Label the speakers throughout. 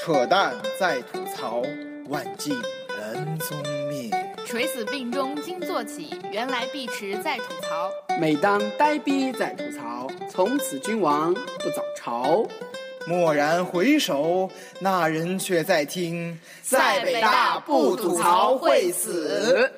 Speaker 1: 扯淡在吐槽，万径人踪灭。
Speaker 2: 垂死病中惊坐起，原来碧池在吐槽。
Speaker 3: 每当呆逼在吐槽，从此君王不早朝。
Speaker 1: 蓦然回首，那人却在听。
Speaker 2: 在北大不吐槽会死。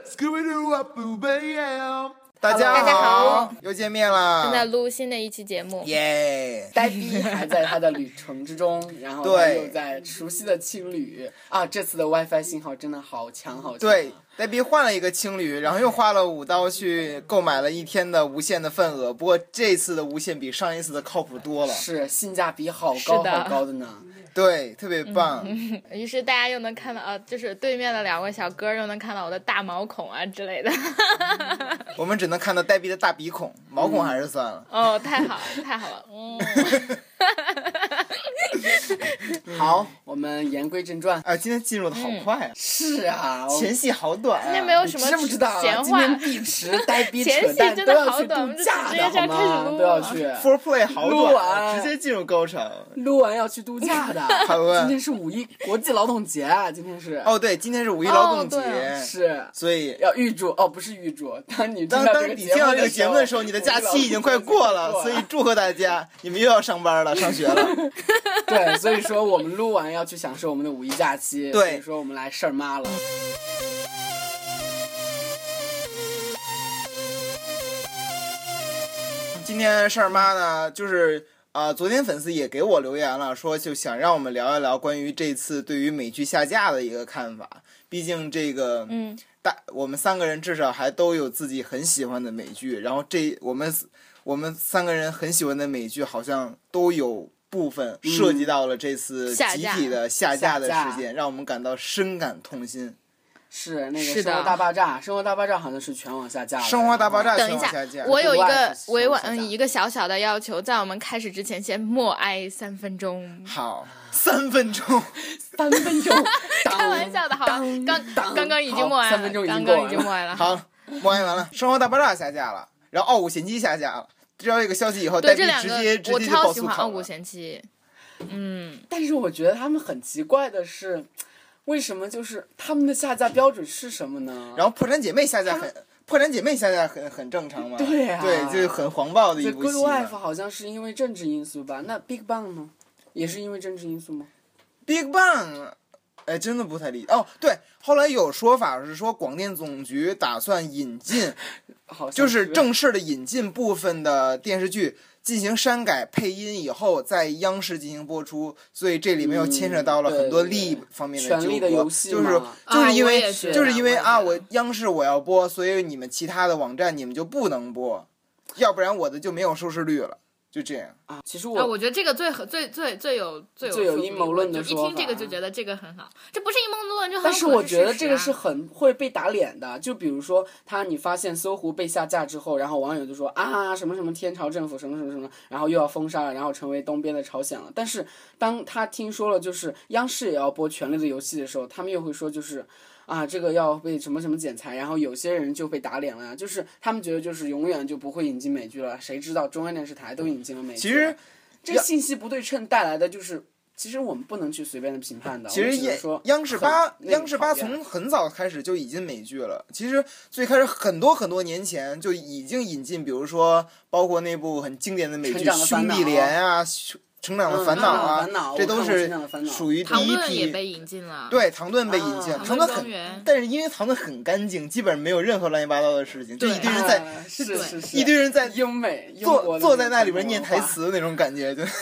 Speaker 1: 大家
Speaker 2: 大家好，
Speaker 1: 又见面啦！
Speaker 4: 正在录新的一期节目。
Speaker 1: 耶
Speaker 3: 呆逼还在他的旅程之中，然后他
Speaker 1: 对
Speaker 3: 又在熟悉的青旅啊，这次的 WiFi 信号真的好强好强。
Speaker 1: 对，呆逼换了一个青旅，然后又花了五刀去购买了一天的无限的份额。不过这次的无限比上一次的靠谱多了，
Speaker 3: 是性价比好
Speaker 4: 是
Speaker 3: 高
Speaker 4: 的
Speaker 3: 好高的呢。
Speaker 1: 对，特别棒。
Speaker 4: 于是大家又能看到，呃，就是对面的两位小哥又能看到我的大毛孔啊之类的。
Speaker 1: 我们只能看到呆逼的大鼻孔，毛孔还是算了。
Speaker 4: 哦，太好了，太好了。 嗯，嗯
Speaker 3: 好，我们言归正传。
Speaker 1: 哎，今天进入的好快啊，
Speaker 3: 是啊，我
Speaker 1: 前戏好短、啊。
Speaker 4: 嗯今天没有什么
Speaker 3: 你知不知道啊？
Speaker 4: 闲
Speaker 3: 今
Speaker 4: 话
Speaker 3: 天碧池呆 逼
Speaker 4: 前戏
Speaker 3: 扯淡
Speaker 4: 真
Speaker 3: 都
Speaker 4: 的
Speaker 3: 要
Speaker 4: 好
Speaker 3: 去
Speaker 4: 短我
Speaker 3: 度
Speaker 4: 们就
Speaker 3: 假
Speaker 4: 直
Speaker 3: 的
Speaker 4: 接这
Speaker 3: 好
Speaker 4: 样开始
Speaker 3: 吗？
Speaker 4: 录
Speaker 3: 都要
Speaker 4: 了
Speaker 3: 去
Speaker 1: foreplay 好
Speaker 3: 录
Speaker 1: 短啊，
Speaker 3: 完
Speaker 1: 直接进入高潮。
Speaker 3: 录完要去度假的。
Speaker 1: 好吧
Speaker 3: 今天是五一国际劳动节啊，今天是
Speaker 1: 哦，对，今天是五一劳动节，
Speaker 4: 哦对
Speaker 3: 是
Speaker 1: 所以
Speaker 3: 要预祝哦，不是预祝，当你
Speaker 1: 当
Speaker 3: 听到
Speaker 1: 当
Speaker 3: 这个
Speaker 1: 你
Speaker 3: 节
Speaker 1: 听
Speaker 3: 目
Speaker 1: 到这个节目的时候，你的假期已经快过 了，
Speaker 3: 国
Speaker 1: 所
Speaker 3: 际劳动节已
Speaker 1: 以
Speaker 3: 经过
Speaker 1: 祝
Speaker 3: 了
Speaker 1: 贺大家，你们又要上班了，上学了。
Speaker 3: 对，所以说我们录完要去享受我们的五一假期，
Speaker 1: 对
Speaker 3: 所以说我们来事儿妈了。
Speaker 1: 今天事儿妈呢，就是。啊、昨天粉丝也给我留言了，说就想让我们聊一聊关于这次对于美剧下架的一个看法。毕竟这个，
Speaker 4: 嗯，
Speaker 1: 大我们三个人至少还都有自己很喜欢的美剧，然后这我们我们三个人很喜欢的美剧好像都有部分涉及到了这次
Speaker 4: 下
Speaker 1: 集
Speaker 4: 架
Speaker 1: 体的下架的
Speaker 3: 下架
Speaker 1: 事件，让我们感到深感痛心。
Speaker 3: 是那个《
Speaker 4: 是的
Speaker 3: 生活大爆炸》，《生活大爆炸》好像是全网下架了。
Speaker 1: 《生活大爆炸》
Speaker 4: 等
Speaker 1: 全
Speaker 4: 一
Speaker 1: 网下架，
Speaker 4: 我有一
Speaker 3: 对外
Speaker 4: 个
Speaker 3: 是
Speaker 4: 委婉
Speaker 3: 是的
Speaker 4: 嗯一个小小的要求，在我们开始之前先默哀三分钟。
Speaker 1: 好三分钟，
Speaker 3: 三分钟，
Speaker 4: 开玩笑的，好吧，
Speaker 3: 当当
Speaker 4: 刚刚刚已经
Speaker 3: 好
Speaker 4: 默哀了，
Speaker 3: 三分钟已经
Speaker 4: 刚
Speaker 3: 过完
Speaker 4: 刚已经默哀了。
Speaker 1: 好，默哀完了，《生活大爆炸》下架了，然后《傲骨贤妻》下架了。知道这个消息以后，
Speaker 4: 对
Speaker 1: 戴
Speaker 4: 这
Speaker 1: 斌
Speaker 4: 两
Speaker 1: 直
Speaker 4: 个
Speaker 1: 接直
Speaker 4: 我
Speaker 1: 接就爆
Speaker 4: 超喜
Speaker 1: 粗
Speaker 4: 欢《傲
Speaker 1: 口
Speaker 4: 骨
Speaker 1: 了。
Speaker 4: 贤妻》，嗯，
Speaker 3: 但是我觉得他们很奇怪的是，为什么就是他们的下架标准是什么呢？
Speaker 1: 然后《破产姐妹》下架很，《破产姐妹》下架很很正常嘛。
Speaker 3: 对啊
Speaker 1: 对，就是很黄暴的一
Speaker 3: 对《
Speaker 1: 部戏
Speaker 3: Good
Speaker 1: 嘛。
Speaker 3: Wife》好像是因为政治因素吧？那《Big Bang》呢？也是因为政治因素吗？
Speaker 1: Big Bang，哎，真的不太理哦。对，后来有说法是说，广电总局打算引进，
Speaker 3: 好像
Speaker 1: 就是正式的引进部分的电视剧进行删改配音以后，在央视进行播出，所以这里面又牵扯到了
Speaker 3: 嗯
Speaker 1: 很多
Speaker 3: 对对
Speaker 1: 利益方面
Speaker 3: 权
Speaker 1: 纠
Speaker 3: 力
Speaker 1: 葛，
Speaker 3: 的游戏
Speaker 1: 就是
Speaker 3: 嘛
Speaker 1: 就
Speaker 4: 啊
Speaker 1: 是因
Speaker 4: 我
Speaker 1: 为、
Speaker 4: 也觉得
Speaker 1: 就是因为
Speaker 4: 我也
Speaker 1: 啊，
Speaker 4: 觉
Speaker 1: 我
Speaker 4: 得
Speaker 1: 央视我要播，所以你们其他的网站你们就不能播，要不然我的就没有收视率了，就这样。
Speaker 3: 啊，其实
Speaker 4: 啊，
Speaker 3: 我
Speaker 4: 我觉得这个最很最最最有最有
Speaker 3: 最有
Speaker 4: 说服
Speaker 3: 阴谋
Speaker 4: 力
Speaker 3: 论
Speaker 4: 我
Speaker 3: 的
Speaker 4: 就
Speaker 3: 说
Speaker 4: 一听这个
Speaker 3: 法啊
Speaker 4: 就觉得这个很好，这不是阴谋论，就很
Speaker 3: 但
Speaker 4: 是
Speaker 3: 是我觉得
Speaker 4: 事
Speaker 3: 这
Speaker 4: 实
Speaker 3: 个
Speaker 4: 啊
Speaker 3: 是很会被打脸的，就比如说他，你发现搜狐被下架之后，然后网友就说啊什么什么天朝政府什么什么什么，然后又要封杀了，然后成为东边的朝鲜了。但是当他听说了就是央视也要播《权力的游戏》的时候，他们又会说就是啊这个要被什么什么剪裁，然后有些人就被打脸了呀，就是他们觉得就是永远就不会引进美剧了，谁知道中央电视台都引进了美剧
Speaker 1: 其实
Speaker 3: 了。这信息不对称带来的就是。其实我们不能去随便的评判的，
Speaker 1: 其
Speaker 3: 我
Speaker 1: 实
Speaker 3: 只能
Speaker 1: 也
Speaker 3: 说
Speaker 1: 央视
Speaker 3: 很
Speaker 1: 八
Speaker 3: 那个
Speaker 1: 央视八
Speaker 3: 讨厌
Speaker 1: 从很早开始就已经美剧了。其实最开始很多很多年前就已经引进，比如说包括那部很经典的美
Speaker 3: 成
Speaker 1: 剧
Speaker 3: 长的
Speaker 1: 《
Speaker 3: 烦
Speaker 1: 兄
Speaker 3: 恼
Speaker 1: 弟连》啊，《成长的
Speaker 3: 嗯
Speaker 1: 烦恼》啊
Speaker 3: 成长的烦恼，
Speaker 1: 这
Speaker 3: 我
Speaker 1: 都
Speaker 3: 看过
Speaker 1: 是
Speaker 3: 成长的烦恼
Speaker 1: 属于第
Speaker 4: 唐
Speaker 1: 一
Speaker 4: 顿也
Speaker 1: 批。
Speaker 4: 被引进了，，
Speaker 1: 对，唐顿被引进，
Speaker 3: 啊
Speaker 1: 唐顿
Speaker 4: 唐顿庄
Speaker 1: 很，
Speaker 4: 园。
Speaker 1: 但是因为唐顿很干净，基本上没有任何乱七八糟的事情，就
Speaker 4: 对
Speaker 1: 一堆人
Speaker 3: 啊
Speaker 1: 在
Speaker 3: 是
Speaker 4: 对
Speaker 3: 是是
Speaker 1: 一堆人在
Speaker 3: 英美英国
Speaker 1: 坐
Speaker 3: 的
Speaker 1: 坐在
Speaker 3: 种
Speaker 1: 那里边
Speaker 3: 传统
Speaker 1: 念
Speaker 3: 文
Speaker 1: 台
Speaker 3: 化，
Speaker 1: 词的那种感觉，就是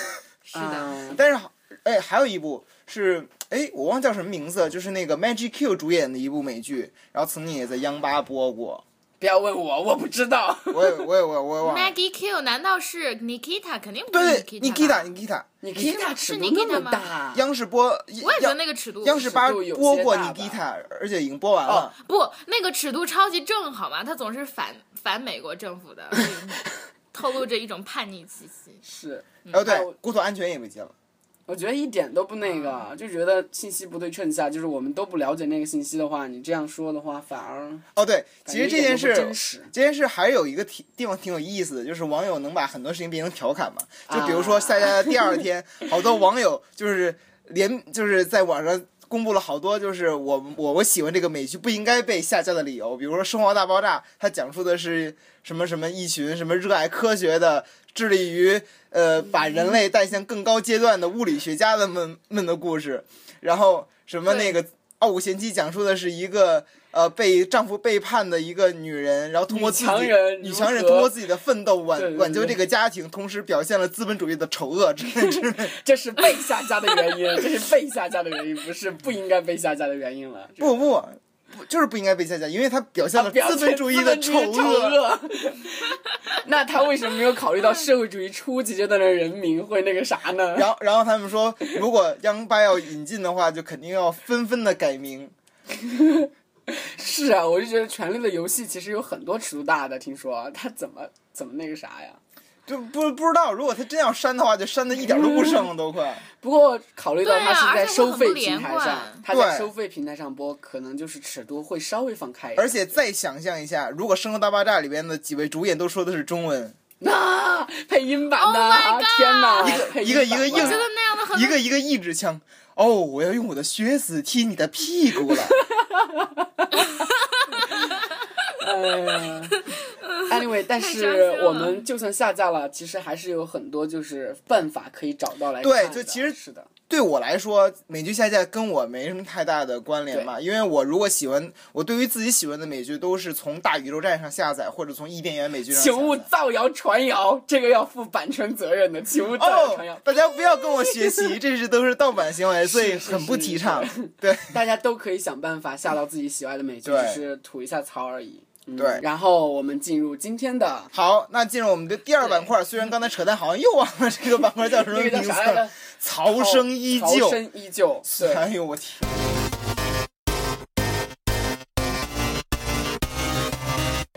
Speaker 4: 是的，
Speaker 3: 啊
Speaker 1: 但是好，哎，还有一部是，哎，我忘叫什么名字，就是那个 Magic Q 主演的一部美剧，然后曾经也在央八播过，
Speaker 3: 不要问我，我不知 道。
Speaker 1: 我也我也我也我也忘了。
Speaker 4: Maggie Q 难道是 Nikita？肯定不
Speaker 1: 对
Speaker 4: 是
Speaker 1: 对
Speaker 4: Nikita 吧。
Speaker 1: ，Nikita，Nikita，
Speaker 3: 你 k
Speaker 4: 是
Speaker 3: i 尺度那
Speaker 4: Nikita
Speaker 3: 么
Speaker 4: 吗
Speaker 3: 大，
Speaker 1: 央视播，
Speaker 4: 我也觉得
Speaker 1: 央
Speaker 4: 那个尺度，
Speaker 1: 央视八
Speaker 3: 尺度有些
Speaker 1: 播过
Speaker 3: 大哦吧
Speaker 1: Nikita，而且已经播完了。
Speaker 4: 不，那个尺度超级正好吗？他总是反反美国政府的，所以 透露着一种叛逆气息。
Speaker 3: 是
Speaker 1: 哦，
Speaker 3: 哎
Speaker 1: 对
Speaker 3: 我，
Speaker 1: 骨头安全也被禁了。
Speaker 3: 我觉得一点都不那
Speaker 1: 嗯
Speaker 3: 个，就觉得信息不对称下，就是我们都不了解那个信息的话，你这样说的话，反而
Speaker 1: 哦，对，
Speaker 3: 感
Speaker 1: 其实
Speaker 3: 觉一
Speaker 1: 这
Speaker 3: 点
Speaker 1: 件
Speaker 3: 都不
Speaker 1: 事，
Speaker 3: 真实
Speaker 1: 这件事还有一个挺地方挺有意思的，就是网友能把很多事情变成调侃嘛。就比如说
Speaker 3: 啊
Speaker 1: 下架的第二天，好多网友就是连就是在网上公布了好多，就是我我我喜欢这个美剧不应该被下架的理由，比如说《生活大爆炸》，它讲述的是什么什么一群什么热爱科学的，致力于呃把人类带向更高阶段的物理学家的们们的故事，然后什么那个《傲骨贤妻》讲述的是一个呃被丈夫背叛的一个女人，然后通过自己
Speaker 3: 女强人
Speaker 1: 女
Speaker 3: 如
Speaker 1: 强人
Speaker 3: 何
Speaker 1: 通过自己的奋斗挽
Speaker 3: 对对对
Speaker 1: 挽救这个家庭，同时表现了资本主义的丑恶 之类之类的。
Speaker 3: 这是被下架的原因，这是被下架的原因，不是不应该被下架的原因了。 这
Speaker 1: 不不不，就是不应该被下架，因为它表现了
Speaker 3: 表现
Speaker 1: 资本主义的丑
Speaker 3: 资本主义丑
Speaker 1: 恶。
Speaker 3: 恶。 那他为什么没有考虑到社会主义初级阶段的人民会那个啥呢？
Speaker 1: 然后，然后他们说，如果央八要引进的话，就肯定要纷纷的改名。
Speaker 3: 是啊，我就觉得《权力的游戏》其实有很多尺度大的，听说他怎么怎么那个啥呀？
Speaker 1: 就不不知道，如果他真要删的话，就删的一点都不剩，都快。
Speaker 3: 不过考虑到
Speaker 4: 对啊
Speaker 3: 它是在
Speaker 4: 而且它
Speaker 3: 收费
Speaker 4: 很不连
Speaker 3: 平台
Speaker 4: 贯
Speaker 3: 上，它在
Speaker 1: 对
Speaker 3: 收费平台上播，可能就是尺度会稍微放开一点。
Speaker 1: 而且再想象一下，如果《生活大爆炸》里边的几位主演都说的是中文，
Speaker 3: 啊， 配音版的
Speaker 4: Oh my
Speaker 3: 啊，天哪，配
Speaker 1: 一
Speaker 3: 音
Speaker 1: 个
Speaker 3: 版
Speaker 1: 一个硬
Speaker 3: 吧
Speaker 4: 我觉得那样的很
Speaker 1: 一个一个一支枪。哦，我要用我的靴子踢你的屁股了。
Speaker 3: 呃，anyway，但
Speaker 4: 伤
Speaker 3: 是
Speaker 4: 心了
Speaker 3: 我们就算下架了，其实还是有很多就是办法可以找到来
Speaker 1: 对
Speaker 3: 看
Speaker 1: 就
Speaker 3: 的
Speaker 1: 其实
Speaker 3: 是的，
Speaker 1: 对我来说，美剧下架跟我没什么太大的关联吧，因为我如果喜欢，我对于自己喜欢的美剧都是从大宇宙站上下载，或者从伊甸园美剧上下
Speaker 3: 请勿
Speaker 1: 载。
Speaker 3: 造谣传谣，这个要负版权责任的，请勿造谣传谣。
Speaker 1: 哦，大家不要跟我学习，这是都是盗版行为，所以很不提倡。对，
Speaker 3: 大家都可以想办法下到自己喜爱的美剧，
Speaker 1: 对
Speaker 3: 只是吐一下槽而已。嗯
Speaker 1: 对
Speaker 3: 然后我们进入今天的
Speaker 1: 好，那进入我们的第二板块，虽然刚才扯淡，好像又忘了这个板块叫 什么
Speaker 3: 那个
Speaker 1: 名
Speaker 3: 叫
Speaker 1: 字
Speaker 3: 啥来
Speaker 1: 了，
Speaker 3: 着？
Speaker 1: 曹生依
Speaker 3: 逃
Speaker 1: 旧。
Speaker 3: 生依旧。对，
Speaker 1: 哎呦我天！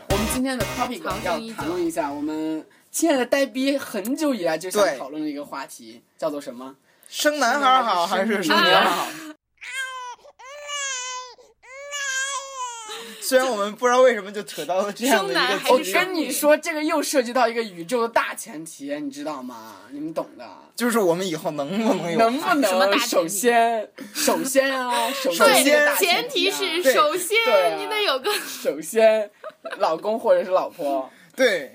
Speaker 3: 我们今天的 topic
Speaker 4: 逃
Speaker 3: 要
Speaker 4: 生依旧
Speaker 3: 讨论一下我们亲爱的呆逼很久以来就想
Speaker 1: 对
Speaker 3: 讨论的一个话题，叫做什么？
Speaker 1: 生男孩儿好还是生
Speaker 3: 生
Speaker 1: 女
Speaker 3: 女
Speaker 1: 孩
Speaker 3: 孩
Speaker 1: 儿
Speaker 3: 儿
Speaker 1: 好
Speaker 3: 好？
Speaker 4: 哎
Speaker 1: 虽然我们不知道为什么就扯到了这样的一
Speaker 4: 生男
Speaker 1: 个
Speaker 4: 还
Speaker 1: 主
Speaker 3: 我
Speaker 4: 是
Speaker 1: 题
Speaker 4: 生
Speaker 3: 哦跟你说，这个又涉及到一个宇宙的大前提，你知道吗？你们懂的。
Speaker 1: 就是我们以后能不能有
Speaker 3: 能不
Speaker 1: 孩子
Speaker 4: 什么大
Speaker 3: 能
Speaker 4: 前提
Speaker 3: 首先首先啊，首
Speaker 1: 对
Speaker 3: 先这个大
Speaker 4: 前提
Speaker 3: 提啊
Speaker 4: 是
Speaker 1: 对
Speaker 4: 首先
Speaker 3: 对啊
Speaker 4: 你得有个
Speaker 3: 首先老公或者是老婆，
Speaker 1: 对，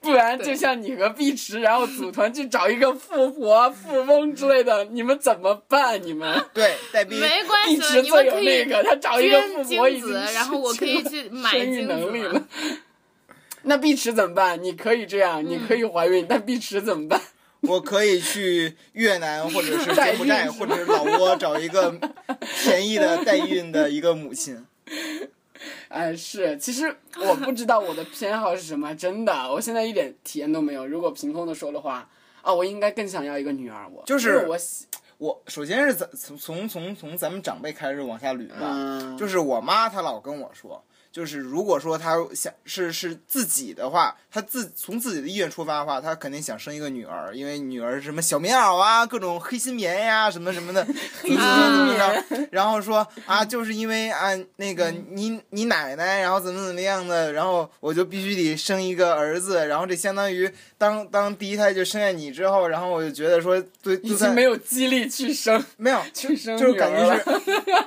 Speaker 3: 不然就
Speaker 4: 对
Speaker 3: 像你和碧池，然后组团去找一个富婆、富翁之类的，你们怎么办？你们
Speaker 1: 对，代币
Speaker 4: 没关
Speaker 3: 碧
Speaker 4: 系了，
Speaker 3: 池
Speaker 4: 哎你
Speaker 3: 最
Speaker 4: 们
Speaker 3: 有
Speaker 4: 可
Speaker 3: 那
Speaker 4: 以
Speaker 3: 个，他哦找一个
Speaker 4: 捐
Speaker 3: 富
Speaker 4: 精
Speaker 3: 婆已经
Speaker 4: 子，然后我可以去买
Speaker 3: 生育
Speaker 4: 精
Speaker 3: 能力
Speaker 4: 子
Speaker 3: 了。 那碧池怎么办？你可以这样，你
Speaker 4: 嗯
Speaker 3: 可以怀孕，但碧池怎么办？
Speaker 1: 我可以去越南或者是
Speaker 3: 代
Speaker 1: 柬埔
Speaker 3: 孕
Speaker 1: 寨
Speaker 3: 是
Speaker 1: 或者是老挝找一个便宜的代孕的一个母亲。
Speaker 3: 哎，是，其实我不知道我的偏好是什么，真的，我现在一点体验都没有。如果凭空的说的话，啊，我应该更想要一个女儿，我
Speaker 1: 就是
Speaker 3: 因为我喜，
Speaker 1: 我首先是咱从从从从咱们长辈开始往下捋吧，
Speaker 3: 嗯，
Speaker 1: 就是我妈她老跟我说，就是如果说她想是是自己的话，她自从自己的意愿出发的话，她肯定想生一个女儿，因为女儿是什么小棉袄啊，各种黑心棉呀、什么什么 的，怎么怎么着，然后说啊，就是因为啊那个
Speaker 3: 嗯
Speaker 1: 你你奶奶，然后怎么怎么样的，然后我就必须得生一个儿子，然后这相当于当当第一胎就生下你之后，然后我就觉得说对，就
Speaker 3: 已经
Speaker 1: 算
Speaker 3: 没有激励去生
Speaker 1: 没有。
Speaker 3: 去生
Speaker 1: 就是
Speaker 3: 女儿
Speaker 1: 感觉
Speaker 3: 了，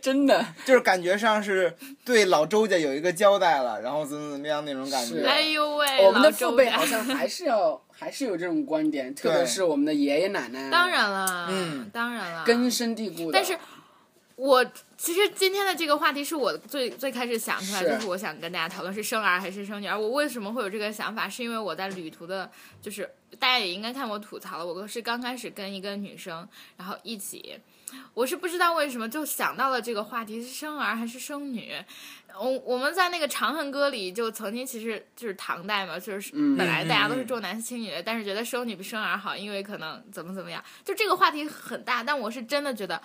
Speaker 3: 真的，
Speaker 1: 就是感觉上是对老周家有一个交代了，然后怎么怎么样那种感
Speaker 3: 是
Speaker 1: 觉。
Speaker 4: 哎呦喂，
Speaker 3: 我们的
Speaker 4: 老周
Speaker 3: 父辈
Speaker 4: 家
Speaker 3: 好像还是要还是有这种观点，特别
Speaker 1: 对
Speaker 3: 是我们的爷爷奶奶，
Speaker 4: 当然了，
Speaker 1: 嗯
Speaker 4: 当然了，
Speaker 3: 根深蒂固的。
Speaker 4: 但是我其实今天的这个话题是我最最开始想出来，
Speaker 3: 是
Speaker 4: 就是我想跟大家讨论是生儿还是生女儿。我为什么会有这个想法，是因为我在旅途的，就是大家也应该看我吐槽了，我是刚开始跟一个女生，然后一起。我是不知道为什么就想到了这个话题是生儿还是生女，我我们在那个《长恨歌》里就曾经其实就是唐代嘛，就是
Speaker 3: 嗯，
Speaker 4: 本来大家
Speaker 1: 嗯
Speaker 4: 都是
Speaker 1: 嗯
Speaker 4: 重男轻女的，但是觉得生女比生儿好，因为可能怎么怎么样，就这个话题很大。但我是真的觉得，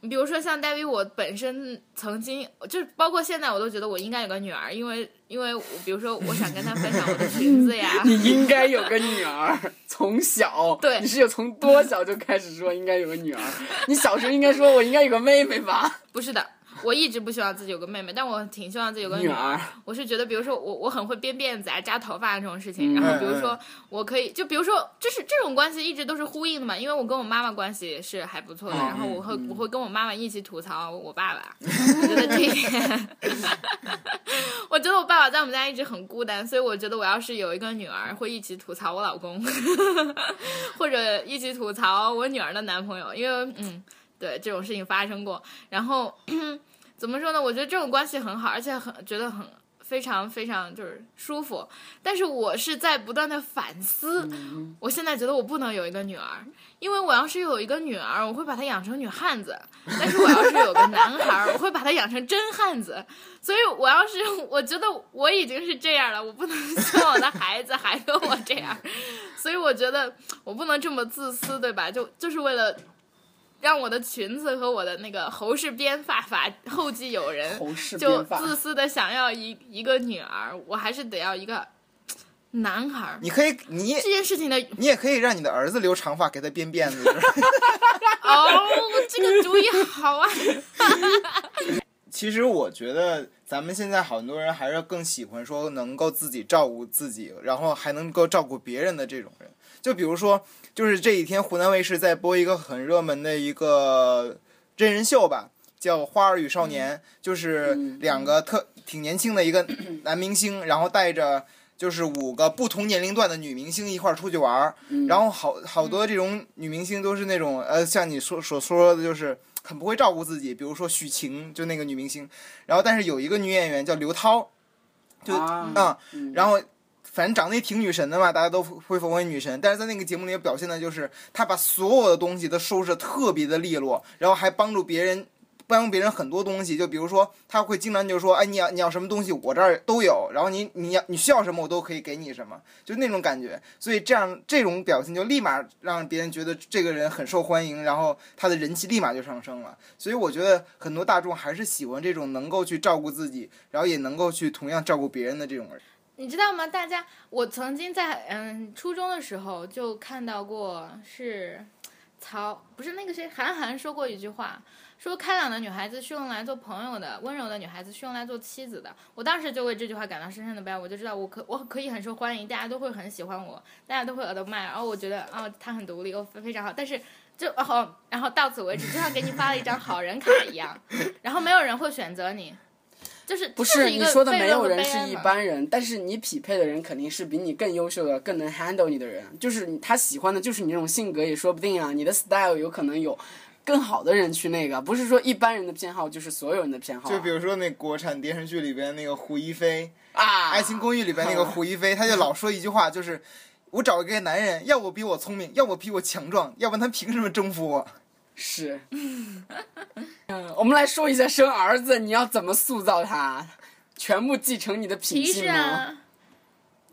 Speaker 4: 比如说像戴维，我本身曾经就是包括现在，我都觉得我应该有个女儿，因为因为我比如说我想跟她分享我的裙子呀
Speaker 3: 你应该有个女儿，从小，
Speaker 4: 对
Speaker 3: 你是有从 多小就开始说应该有个女儿？你小时候应该说我应该有个妹妹吧？
Speaker 4: 不是的，我一直不希望自己有个妹妹，但我挺希望自己有个
Speaker 3: 女
Speaker 4: 女
Speaker 3: 儿，
Speaker 4: 我是觉得，比如说我我很会编辫子啊、扎头发啊这种事情，然后比如
Speaker 1: 嗯
Speaker 4: 说我可以，就比如说就是这种关系一直都是呼应的嘛，因为我跟我妈妈关系是还不错的，然后我会我会跟我妈妈一起吐槽我爸爸，我觉得这一点， 我觉得我爸爸在我们家一直很孤单，所以我觉得我要是有一个女儿，会一起吐槽我老公， 或者一起吐槽我女儿的男朋友，因为嗯，对这种事情发生过，然后。 怎么说呢？我觉得这种关系很好，而且很觉得很非常非常就是舒服。但是我是在不断的反思，我现在觉得我不能有一个女儿，因为我要是有一个女儿，我会把她养成女汉子；但是我要是有个男孩儿，我会把他养成真汉子。所以我要是我觉得我已经是这样了，我不能希望我的孩子还跟我这样。所以我觉得我不能这么自私，对吧？就就是为了。让我的裙子和我的那个侯氏编发法后继有人，
Speaker 3: 头饰
Speaker 4: 就
Speaker 3: 编发。
Speaker 4: 自私的想要一一个女儿，我还是得要一个男孩儿。
Speaker 1: 你可以，你
Speaker 4: 这件事情的
Speaker 1: 你也可以让你的儿子留长发，给他编辫子。 就是
Speaker 4: 哦，这个主意好啊！
Speaker 1: 其实我觉得咱们现在很多人还是更喜欢说能够自己照顾自己，然后还能够照顾别人的这种人。就比如说，就是这几天湖南卫视在播一个很热门的一个真人秀吧，叫《花儿与少年》，就是两个特挺年轻的一个男明星，然后带着就是五个不同年龄段的女明星一块儿出去玩儿，然后好好多这种女明星都是那种呃，像你说所说的就是。很不会照顾自己，比如说许晴，就那个女明星，然后但是有一个女演员叫刘涛，就
Speaker 3: 啊
Speaker 1: 啊
Speaker 3: 嗯
Speaker 1: 然后反正长得也挺女神的嘛，大家都会奉为女神。但是在那个节目里表现的就是，她把所有的东西都收拾得特别的利落，然后还帮助别人。帮助别人很多东西，就比如说，她会经常就说，哎，你要你要什么东西，我这儿都有，然后你你要你需要什么，我都可以给你什么，就那种感觉。所以这样这种表现就立马让别人觉得这个人很受欢迎，然后他的人气立马就上升了。所以我觉得很多大众还是喜欢这种能够去照顾自己，然后也能够去同样照顾别人的这种人。
Speaker 4: 你知道吗？大家，我曾经在嗯初中的时候就看到过是曹，不是那个谁，韩寒说过一句话，说开朗的女孩子是用来做朋友的，温柔的女孩子是用来做妻子的。我当时就为这句话感到深深的悲哀，我就知道我可我可以很受欢迎，大家都会很喜欢我，大家都会 admire，然后我觉得哦，她很独立，哦非常好，但是。就哦，然后到此为止，就像给你发了一张好人卡一样，然后没有人会选择你，就是
Speaker 3: 不
Speaker 4: 这是
Speaker 3: 是
Speaker 4: 一
Speaker 3: 你
Speaker 4: 个
Speaker 3: 说的
Speaker 4: 悖
Speaker 3: 没
Speaker 4: 论
Speaker 3: 有
Speaker 4: 和
Speaker 3: 人
Speaker 4: 悲
Speaker 3: 是
Speaker 4: 哀
Speaker 3: 一
Speaker 4: 嘛
Speaker 3: 般人，但是你匹配的人肯定是比你更优秀的、更能 handle 你的人，就是你他喜欢的就是你这种性格也说不定啊，你的 style 有可能有更好的人去那个，不是说一般人的偏好就是所有人的偏好啊、
Speaker 1: 就比如说那国产电视剧里边那个胡一菲，
Speaker 3: 啊，
Speaker 1: 《爱情公寓》里边那个胡一菲， 她就老说一句话，就是我找一个男人，要不比我聪明，要不比我强壮，要不然他凭什么征服 我？
Speaker 3: 是，嗯，我们来说一下生儿子你要怎么塑造他，全部继承你的品
Speaker 4: 提
Speaker 3: 性
Speaker 4: 示
Speaker 3: 吗？
Speaker 4: 啊，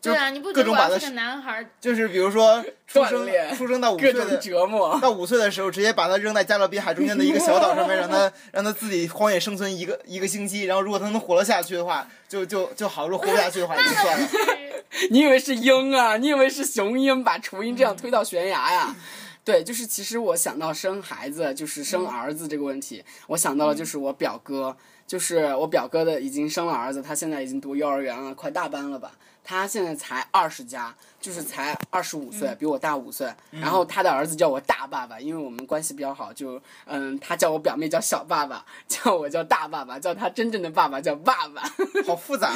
Speaker 1: 就
Speaker 4: 对啊，你不
Speaker 1: 各
Speaker 4: 觉得
Speaker 1: 种
Speaker 4: 我
Speaker 1: 把
Speaker 4: 要
Speaker 1: 他
Speaker 4: 是个男孩儿，
Speaker 1: 就是比如说出
Speaker 3: 锻
Speaker 1: 生
Speaker 3: 炼
Speaker 1: 出生到五
Speaker 3: 各
Speaker 1: 岁
Speaker 3: 种
Speaker 1: 的。
Speaker 3: 折磨，
Speaker 1: 到五岁的时候，直接把他扔在加勒比海中间的一个小岛上面，让 他让他自己荒野生存一个一个星期。然后，如果他能活得下去的话，就就就好；如果活不下去的话，也就算 了。
Speaker 3: 你以为是鹰啊？你以为是雄鹰把雏鹰这样推到悬崖呀、对，就是其实我想到生孩子，就是生儿子这个问题，我想到了就是我表哥，就是我表哥的已经生了儿子，他现在已经读幼儿园了，快大班了吧？他现在才二十加，就是才二十五岁，比我大五岁。然后他的儿子叫我大爸爸，因为我们关系比较好，就嗯，他叫我表妹叫小爸爸，叫我叫大爸爸，叫他真正的爸爸叫爸爸。
Speaker 1: 好复杂，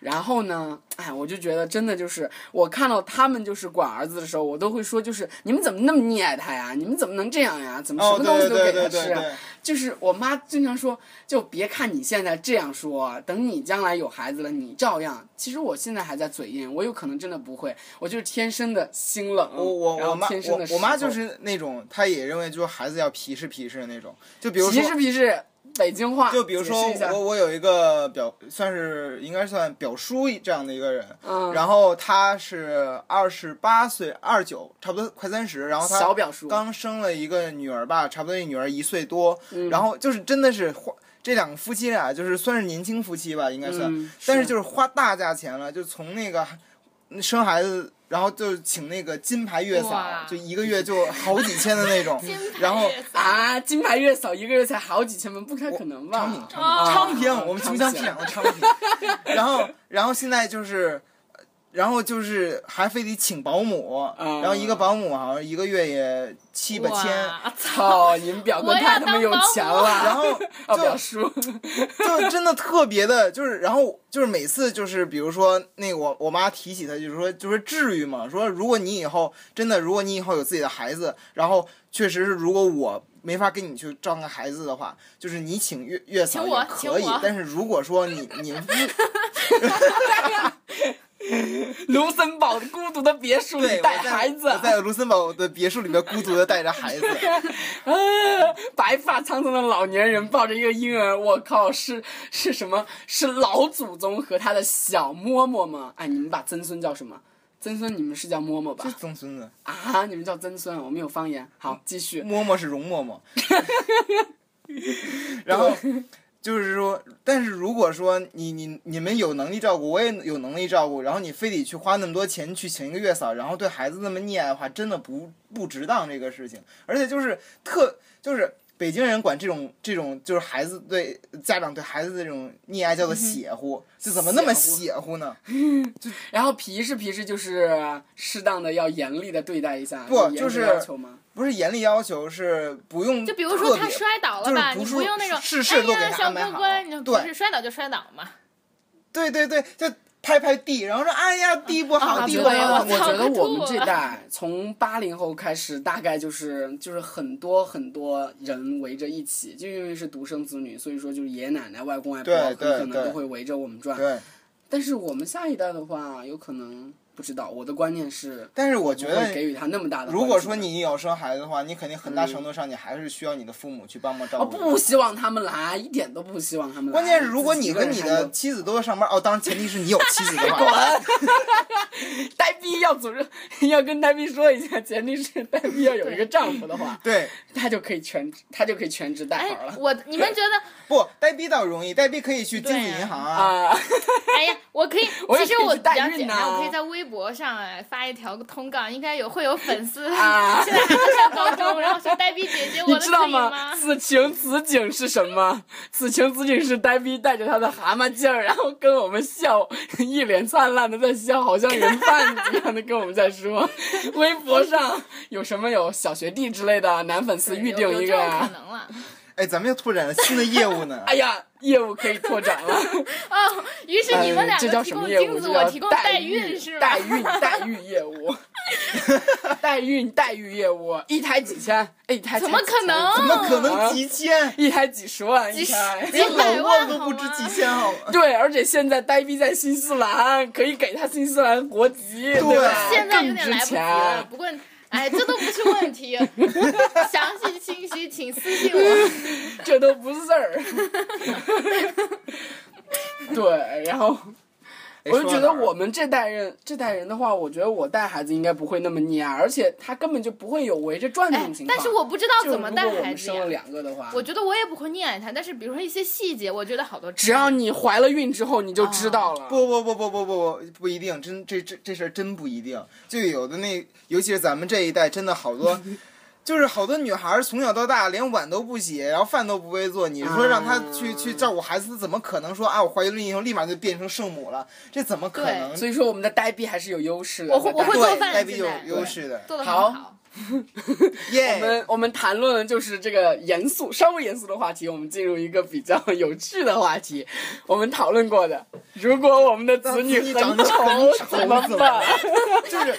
Speaker 3: 然后呢，哎，我就觉得真的就是，我看到他们就是管儿子的时候，我都会说，就是你们怎么那么溺爱他呀？你们怎么能这样呀？怎么
Speaker 1: 哦，
Speaker 3: 什么东
Speaker 1: 对
Speaker 3: 西都
Speaker 1: 对
Speaker 3: 给
Speaker 1: 对
Speaker 3: 他
Speaker 1: 对
Speaker 3: 吃啊？
Speaker 1: 对，
Speaker 3: 就是我妈经常说，就别看你现在这样说，等你将来有孩子了，你照样。其实我现在还在嘴硬，我有可能真的不会，我就是天生的心冷，
Speaker 1: 我我我
Speaker 3: 嗯然后
Speaker 1: 妈
Speaker 3: 天生的
Speaker 1: 我我妈
Speaker 3: 石头
Speaker 1: 就是那种，她也认为就是孩子要皮实皮实的那种。就比如
Speaker 3: 皮
Speaker 1: 说
Speaker 3: 实皮实北京话，
Speaker 1: 就比如说
Speaker 3: 解释一下
Speaker 1: 我我有一个表，算是应该算表叔这样的一个人，
Speaker 3: 嗯
Speaker 1: 然后他是二十八岁二九，差不多快三十，然后他
Speaker 3: 小表叔
Speaker 1: 刚生了一个女儿吧，差不多那女儿一岁多，然后就是真的是花这两个夫妻俩就是算是年轻夫妻吧，应该算，
Speaker 3: 嗯
Speaker 1: 但是
Speaker 3: 是
Speaker 1: 就是花大价钱了，就从那个生孩子然后就请那个金牌月嫂
Speaker 4: 哇，
Speaker 1: 就一个月就好几千的那种，然后
Speaker 3: 啊，金牌月嫂一个月才好几千吗？不太可能吧？
Speaker 1: 昌平，
Speaker 4: 哦
Speaker 1: 昌平，昌平，我们穷
Speaker 3: 昌平
Speaker 1: 乡僻壤的昌平。然后，然后现在就是，然后就是还非得请保姆，然后一个保姆好像一个月也七八千，
Speaker 4: 哇
Speaker 3: 操，你们表哥
Speaker 4: 我要
Speaker 3: 太他妈
Speaker 4: 当
Speaker 3: 有
Speaker 4: 保姆
Speaker 3: 钱了。
Speaker 1: 然后
Speaker 3: 啊，
Speaker 1: 就
Speaker 3: 表叔，
Speaker 1: 就真的特别的，就是然后就是每次就是比如说那个我我妈提起他，就是说就是至于吗？说如果你以后真的，如果你以后有自己的孩子，然后确实是如果我。没法跟你去照看孩子的话，就是你请月月嫂
Speaker 4: 请我
Speaker 1: 也可以
Speaker 4: 请我，
Speaker 1: 但是如果说你你们
Speaker 3: 卢森堡的孤独的别墅
Speaker 1: 对
Speaker 3: 里
Speaker 1: 我
Speaker 3: 带
Speaker 1: 在
Speaker 3: 孩子，
Speaker 1: 我在卢森堡的别墅里面孤独的带着孩子，
Speaker 3: 啊，白发苍苍的老年人抱着一个婴儿，我靠，是是什么？是老祖宗和他的小嬷嬷吗？哎，你们把曾孙叫什么？曾孙你们是叫嬷嬷
Speaker 1: 这
Speaker 3: 吧？
Speaker 1: 曾孙子，
Speaker 3: 啊，你们叫曾孙，我们有方言。好，继续。
Speaker 1: 嬷嬷是容嬷 嬷。然后就是说，但是如果说你你你们有能力照顾，我也有能力照顾，然后你非得去花那么多钱去请一个月嫂，然后对孩子那么溺爱的话，真的不不值当这个事情。而且就是特就是北京人管这种这种就是孩子对家长对孩子的这种溺爱叫
Speaker 4: 嗯
Speaker 1: 做血乎，就怎么那么
Speaker 3: 血
Speaker 1: 血乎呢？
Speaker 3: 然后皮是皮是就是适当的要严厉的对待一下，
Speaker 1: 不
Speaker 3: 有严
Speaker 1: 就
Speaker 3: 厉
Speaker 1: 是
Speaker 3: 要求吗？
Speaker 1: 不是严厉要求，是不用
Speaker 4: 就比如说
Speaker 1: 特
Speaker 4: 他
Speaker 1: 别
Speaker 4: 摔倒
Speaker 1: 就
Speaker 4: 了
Speaker 1: 是
Speaker 4: 吧，
Speaker 1: 不
Speaker 4: 你
Speaker 1: 是
Speaker 4: 不用那种
Speaker 1: 事事都给
Speaker 4: 哎呀
Speaker 1: 他
Speaker 4: 小
Speaker 1: 安排
Speaker 4: 乖
Speaker 1: 好
Speaker 4: 乖，你不
Speaker 1: 对
Speaker 4: 是摔倒就摔倒嘛。
Speaker 1: 对对对，就拍拍地，然后说哎呀地不好，
Speaker 4: 啊
Speaker 1: 地
Speaker 4: 觉
Speaker 1: 不
Speaker 4: 得
Speaker 1: 好，
Speaker 4: 我
Speaker 3: 我
Speaker 1: 怎么
Speaker 3: 觉
Speaker 4: 操
Speaker 3: 得
Speaker 4: 可
Speaker 3: 我们
Speaker 4: 吐
Speaker 3: 这
Speaker 4: 了
Speaker 3: 代从八零后开始，大概就是就是很多很多人围着一起，就因为是独生子女，所以说就是爷爷奶奶、外公外婆
Speaker 1: 对
Speaker 3: 很
Speaker 1: 对
Speaker 3: 可能
Speaker 1: 对
Speaker 3: 都会围着我们转。
Speaker 1: 对，
Speaker 3: 但是我们下一代的话，有可能不知道。我的观念是，
Speaker 1: 但是我
Speaker 3: 我
Speaker 1: 觉
Speaker 3: 会给
Speaker 1: 得，
Speaker 3: 予他那么大的。
Speaker 1: 如果说。你有生孩子的话，你肯定很大程度上你还是需要你的父母去帮忙照
Speaker 3: 我
Speaker 1: 顾。
Speaker 3: 啊哦不希望他们来，一点都不希望他们来。
Speaker 1: 关键是，如果
Speaker 3: 自己
Speaker 1: 你
Speaker 3: 一个
Speaker 1: 跟
Speaker 3: 人
Speaker 1: 你
Speaker 3: 还
Speaker 1: 的
Speaker 3: 能
Speaker 1: 妻子都在上班，哦，当然前提是你有妻子的话。
Speaker 3: 呆逼要组织，要跟呆逼说一下，前提是呆逼要有一个丈夫的话，
Speaker 1: 对，
Speaker 3: 他就可以全职，他就可以全职带孩儿
Speaker 4: 哎
Speaker 3: 了，。
Speaker 4: 我你们觉得，
Speaker 1: 不，呆逼倒容易，呆逼可以去经济
Speaker 4: 对啊
Speaker 1: 银行啊。
Speaker 3: 啊，
Speaker 4: 哎呀，我可以，
Speaker 3: 我也
Speaker 4: 其实
Speaker 3: 可以
Speaker 4: 我
Speaker 3: 去
Speaker 4: 比
Speaker 3: 代
Speaker 4: 较
Speaker 3: 孕
Speaker 4: 简
Speaker 3: 呐
Speaker 4: 单，我可以在微博上哎发一条通告，应该有会有粉丝
Speaker 3: 啊
Speaker 4: 现在还在上高中，然后说呆逼姐姐，我
Speaker 3: 你
Speaker 4: 的可
Speaker 3: 知
Speaker 4: 以
Speaker 3: 道
Speaker 4: 吗？
Speaker 3: 此情此景是什么？此情此景是呆逼带着他的蛤蟆劲儿，然后跟我们笑， 一脸灿烂的在笑，好像人贩子一样的跟我们在说。 微博上有什么有小学弟之类的男粉丝
Speaker 4: 对
Speaker 3: 预
Speaker 4: 有
Speaker 3: 定
Speaker 4: 有
Speaker 3: 一
Speaker 4: 这
Speaker 3: 个
Speaker 4: 种 可
Speaker 3: 啊？
Speaker 4: 能了。
Speaker 1: 哎，咱们又拓展了新的业务呢。
Speaker 3: 哎呀，业务可以拓展 了。呃
Speaker 4: 哦，于是你们两
Speaker 3: 这
Speaker 4: 个
Speaker 3: 叫
Speaker 4: 提
Speaker 3: 什么
Speaker 4: 供
Speaker 3: 业务？
Speaker 4: 精
Speaker 3: 这
Speaker 4: 子，
Speaker 3: 叫
Speaker 4: 我提供代孕是吧
Speaker 3: 代？孕代孕 业务，代孕代孕业务，一胎几千？哎一胎才
Speaker 4: 怎么可能
Speaker 3: 几
Speaker 1: 怎
Speaker 3: 千
Speaker 1: 么可能几千？
Speaker 3: 一胎几十万？
Speaker 4: 几
Speaker 3: 一
Speaker 4: 十
Speaker 3: 胎。
Speaker 1: 连老
Speaker 4: 百
Speaker 1: 沃
Speaker 4: 万
Speaker 1: 都不止
Speaker 4: 好吗
Speaker 1: 几千好吗？
Speaker 3: 对，而且现在呆逼在新西兰，可以给他新西兰国籍，对吧？
Speaker 4: 现在有点来
Speaker 3: 更
Speaker 4: 不
Speaker 3: 值
Speaker 4: 及了，
Speaker 3: 钱。
Speaker 4: 不过。哎，这都不是问 题，详细信息请私信我。
Speaker 3: 嗯这都不是 事儿。对，然后
Speaker 1: 哎
Speaker 3: 我就觉得
Speaker 4: 啊
Speaker 1: 说到
Speaker 3: 我。
Speaker 1: 哪儿了
Speaker 3: 们这代人，这代人的话，我觉得我带孩子应该不会那么溺爱，而且他根本就不会有围着转这
Speaker 4: 哎
Speaker 3: 种情，况。
Speaker 4: 但是我不知
Speaker 3: 就
Speaker 4: 道
Speaker 3: 是
Speaker 4: 怎么带
Speaker 3: 如果我
Speaker 4: 孩
Speaker 3: 们
Speaker 4: 子
Speaker 3: 生了
Speaker 4: 呀。
Speaker 3: 两个的话，
Speaker 4: 我觉得我也不会溺爱他，但是比如说一些细节，我觉得好多
Speaker 3: 只要你怀了孕之后，你就
Speaker 4: 哦
Speaker 3: 知道了。
Speaker 1: 不不不不不不不不一定，真这这这事儿真不一定。就有的那，尤其是咱们这一代，真的好多，就是好多女孩儿从小到大连碗都不洗，然后饭都不会做。你说让她去、去照顾孩子，怎么可能说啊？我怀孕以后立马就变成圣母了？这怎么可
Speaker 4: 对
Speaker 1: 能？
Speaker 3: 所以说我们的呆逼还是有优势的。
Speaker 4: 我会
Speaker 3: 在大
Speaker 4: 我会
Speaker 3: 家
Speaker 4: 做
Speaker 1: 对，
Speaker 4: 饭
Speaker 1: 代币有
Speaker 4: 现在
Speaker 1: 优势的，
Speaker 4: 做的很
Speaker 3: 好
Speaker 4: 好。
Speaker 3: 我
Speaker 1: 耶！
Speaker 3: 们我们谈论的就是这个严肃、稍微严肃的话题，我们进入一个比较有趣的话题。 我们讨论过的，如果我们的子女
Speaker 1: 当子女长
Speaker 3: 很
Speaker 1: 得很
Speaker 3: 丑
Speaker 1: 丑
Speaker 3: 怎么
Speaker 1: 怎么
Speaker 3: 办
Speaker 1: 办？ 就是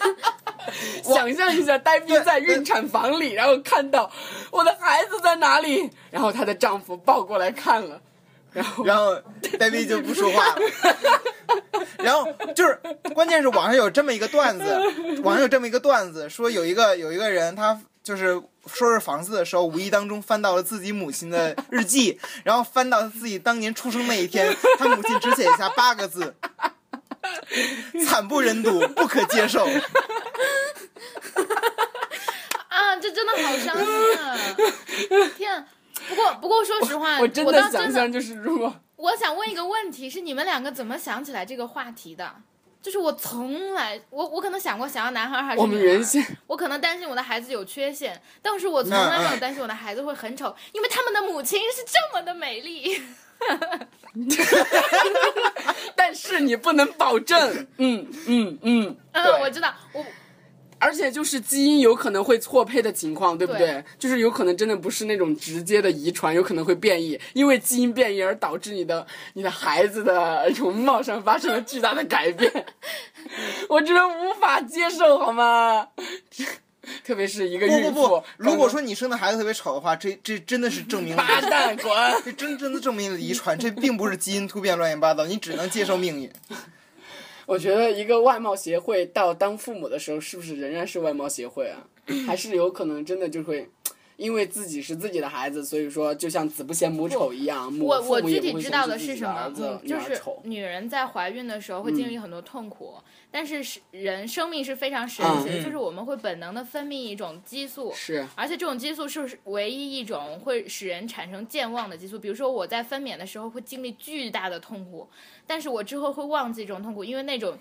Speaker 3: 想象一下，呆逼在孕产房里，然后看到我的孩子在哪里， 然后她的丈夫抱过来看了，然后
Speaker 1: 然后戴维就不说话了。然后就是，关键是网上有这么一个段子，网上有这么一个段子，说有一个有一个人，他就是收拾房子的时候，无意当中翻到了自己母亲的日记，然后翻到自己当年出生那一天，他母亲只写下八个字：惨不忍睹，不可接受。
Speaker 4: 啊，这真的好伤心啊！ 天啊，不过不过说实话，哎我
Speaker 3: 我真
Speaker 4: 倒
Speaker 3: 的
Speaker 4: 真
Speaker 3: 想
Speaker 4: 的，
Speaker 3: 象就是如果。
Speaker 4: 我想问一个问题，是你们两个怎么想起来这个话题的？就是我从来，我我可能想过想要男孩还是
Speaker 3: 我
Speaker 4: 女
Speaker 3: 们
Speaker 4: 孩
Speaker 3: 原先
Speaker 4: 我可能担心我的孩子有缺陷，但是我从来
Speaker 1: 哎
Speaker 4: 没有担心我的孩子会很丑，因为他们的母亲是这么的美丽。
Speaker 3: 但是你不能保证，嗯 嗯嗯，
Speaker 4: 嗯，我知道，我
Speaker 3: 而且就是基因有可能会错配的情况，对不对？
Speaker 4: 对
Speaker 3: 就是有可能真的不是那种直接的遗传，有可能会变异，因为基因变异而导致你的你的孩子的容貌上发生了巨大的改变， 我真的无法接受，好吗？ 特别是一个
Speaker 1: 不
Speaker 3: 孕
Speaker 1: 不
Speaker 3: 妇，
Speaker 1: 不，如果
Speaker 3: 刚
Speaker 1: 说你生的孩子特别丑的话，这这真的是证明了
Speaker 3: 刚八蛋滚，
Speaker 1: 这真真的证明了遗传，这并不是基因突变乱七八糟，你只能接受命运。
Speaker 3: 我觉得一个外貌协会到当父母的时候，是不是仍然是外貌协会啊？还是有可能真的就会，因为自己是自己的孩子，所以说就像子不嫌母丑一样，母
Speaker 4: 我我
Speaker 3: 父母也
Speaker 4: 具
Speaker 3: 不
Speaker 4: 体
Speaker 3: 会
Speaker 4: 知
Speaker 3: 嫌
Speaker 4: 道
Speaker 3: 弃
Speaker 4: 的
Speaker 3: 自
Speaker 4: 是
Speaker 3: 己
Speaker 4: 什
Speaker 3: 儿
Speaker 4: 么，
Speaker 3: 子
Speaker 4: 嗯，
Speaker 3: 女
Speaker 4: 就
Speaker 3: 儿
Speaker 4: 是
Speaker 3: 丑。
Speaker 4: 女人在怀孕的时候会
Speaker 1: 嗯
Speaker 4: 经历很多痛苦，但是是人生命是非常神奇的，
Speaker 1: 嗯
Speaker 4: 就是我们会本能的分泌一种激素，
Speaker 3: 是
Speaker 4: 而且这种激素是唯一一种会使人产生健忘的激素。比如说我在分娩的时候会经历巨大的痛苦，但是我之后会忘记这种痛苦，因为那种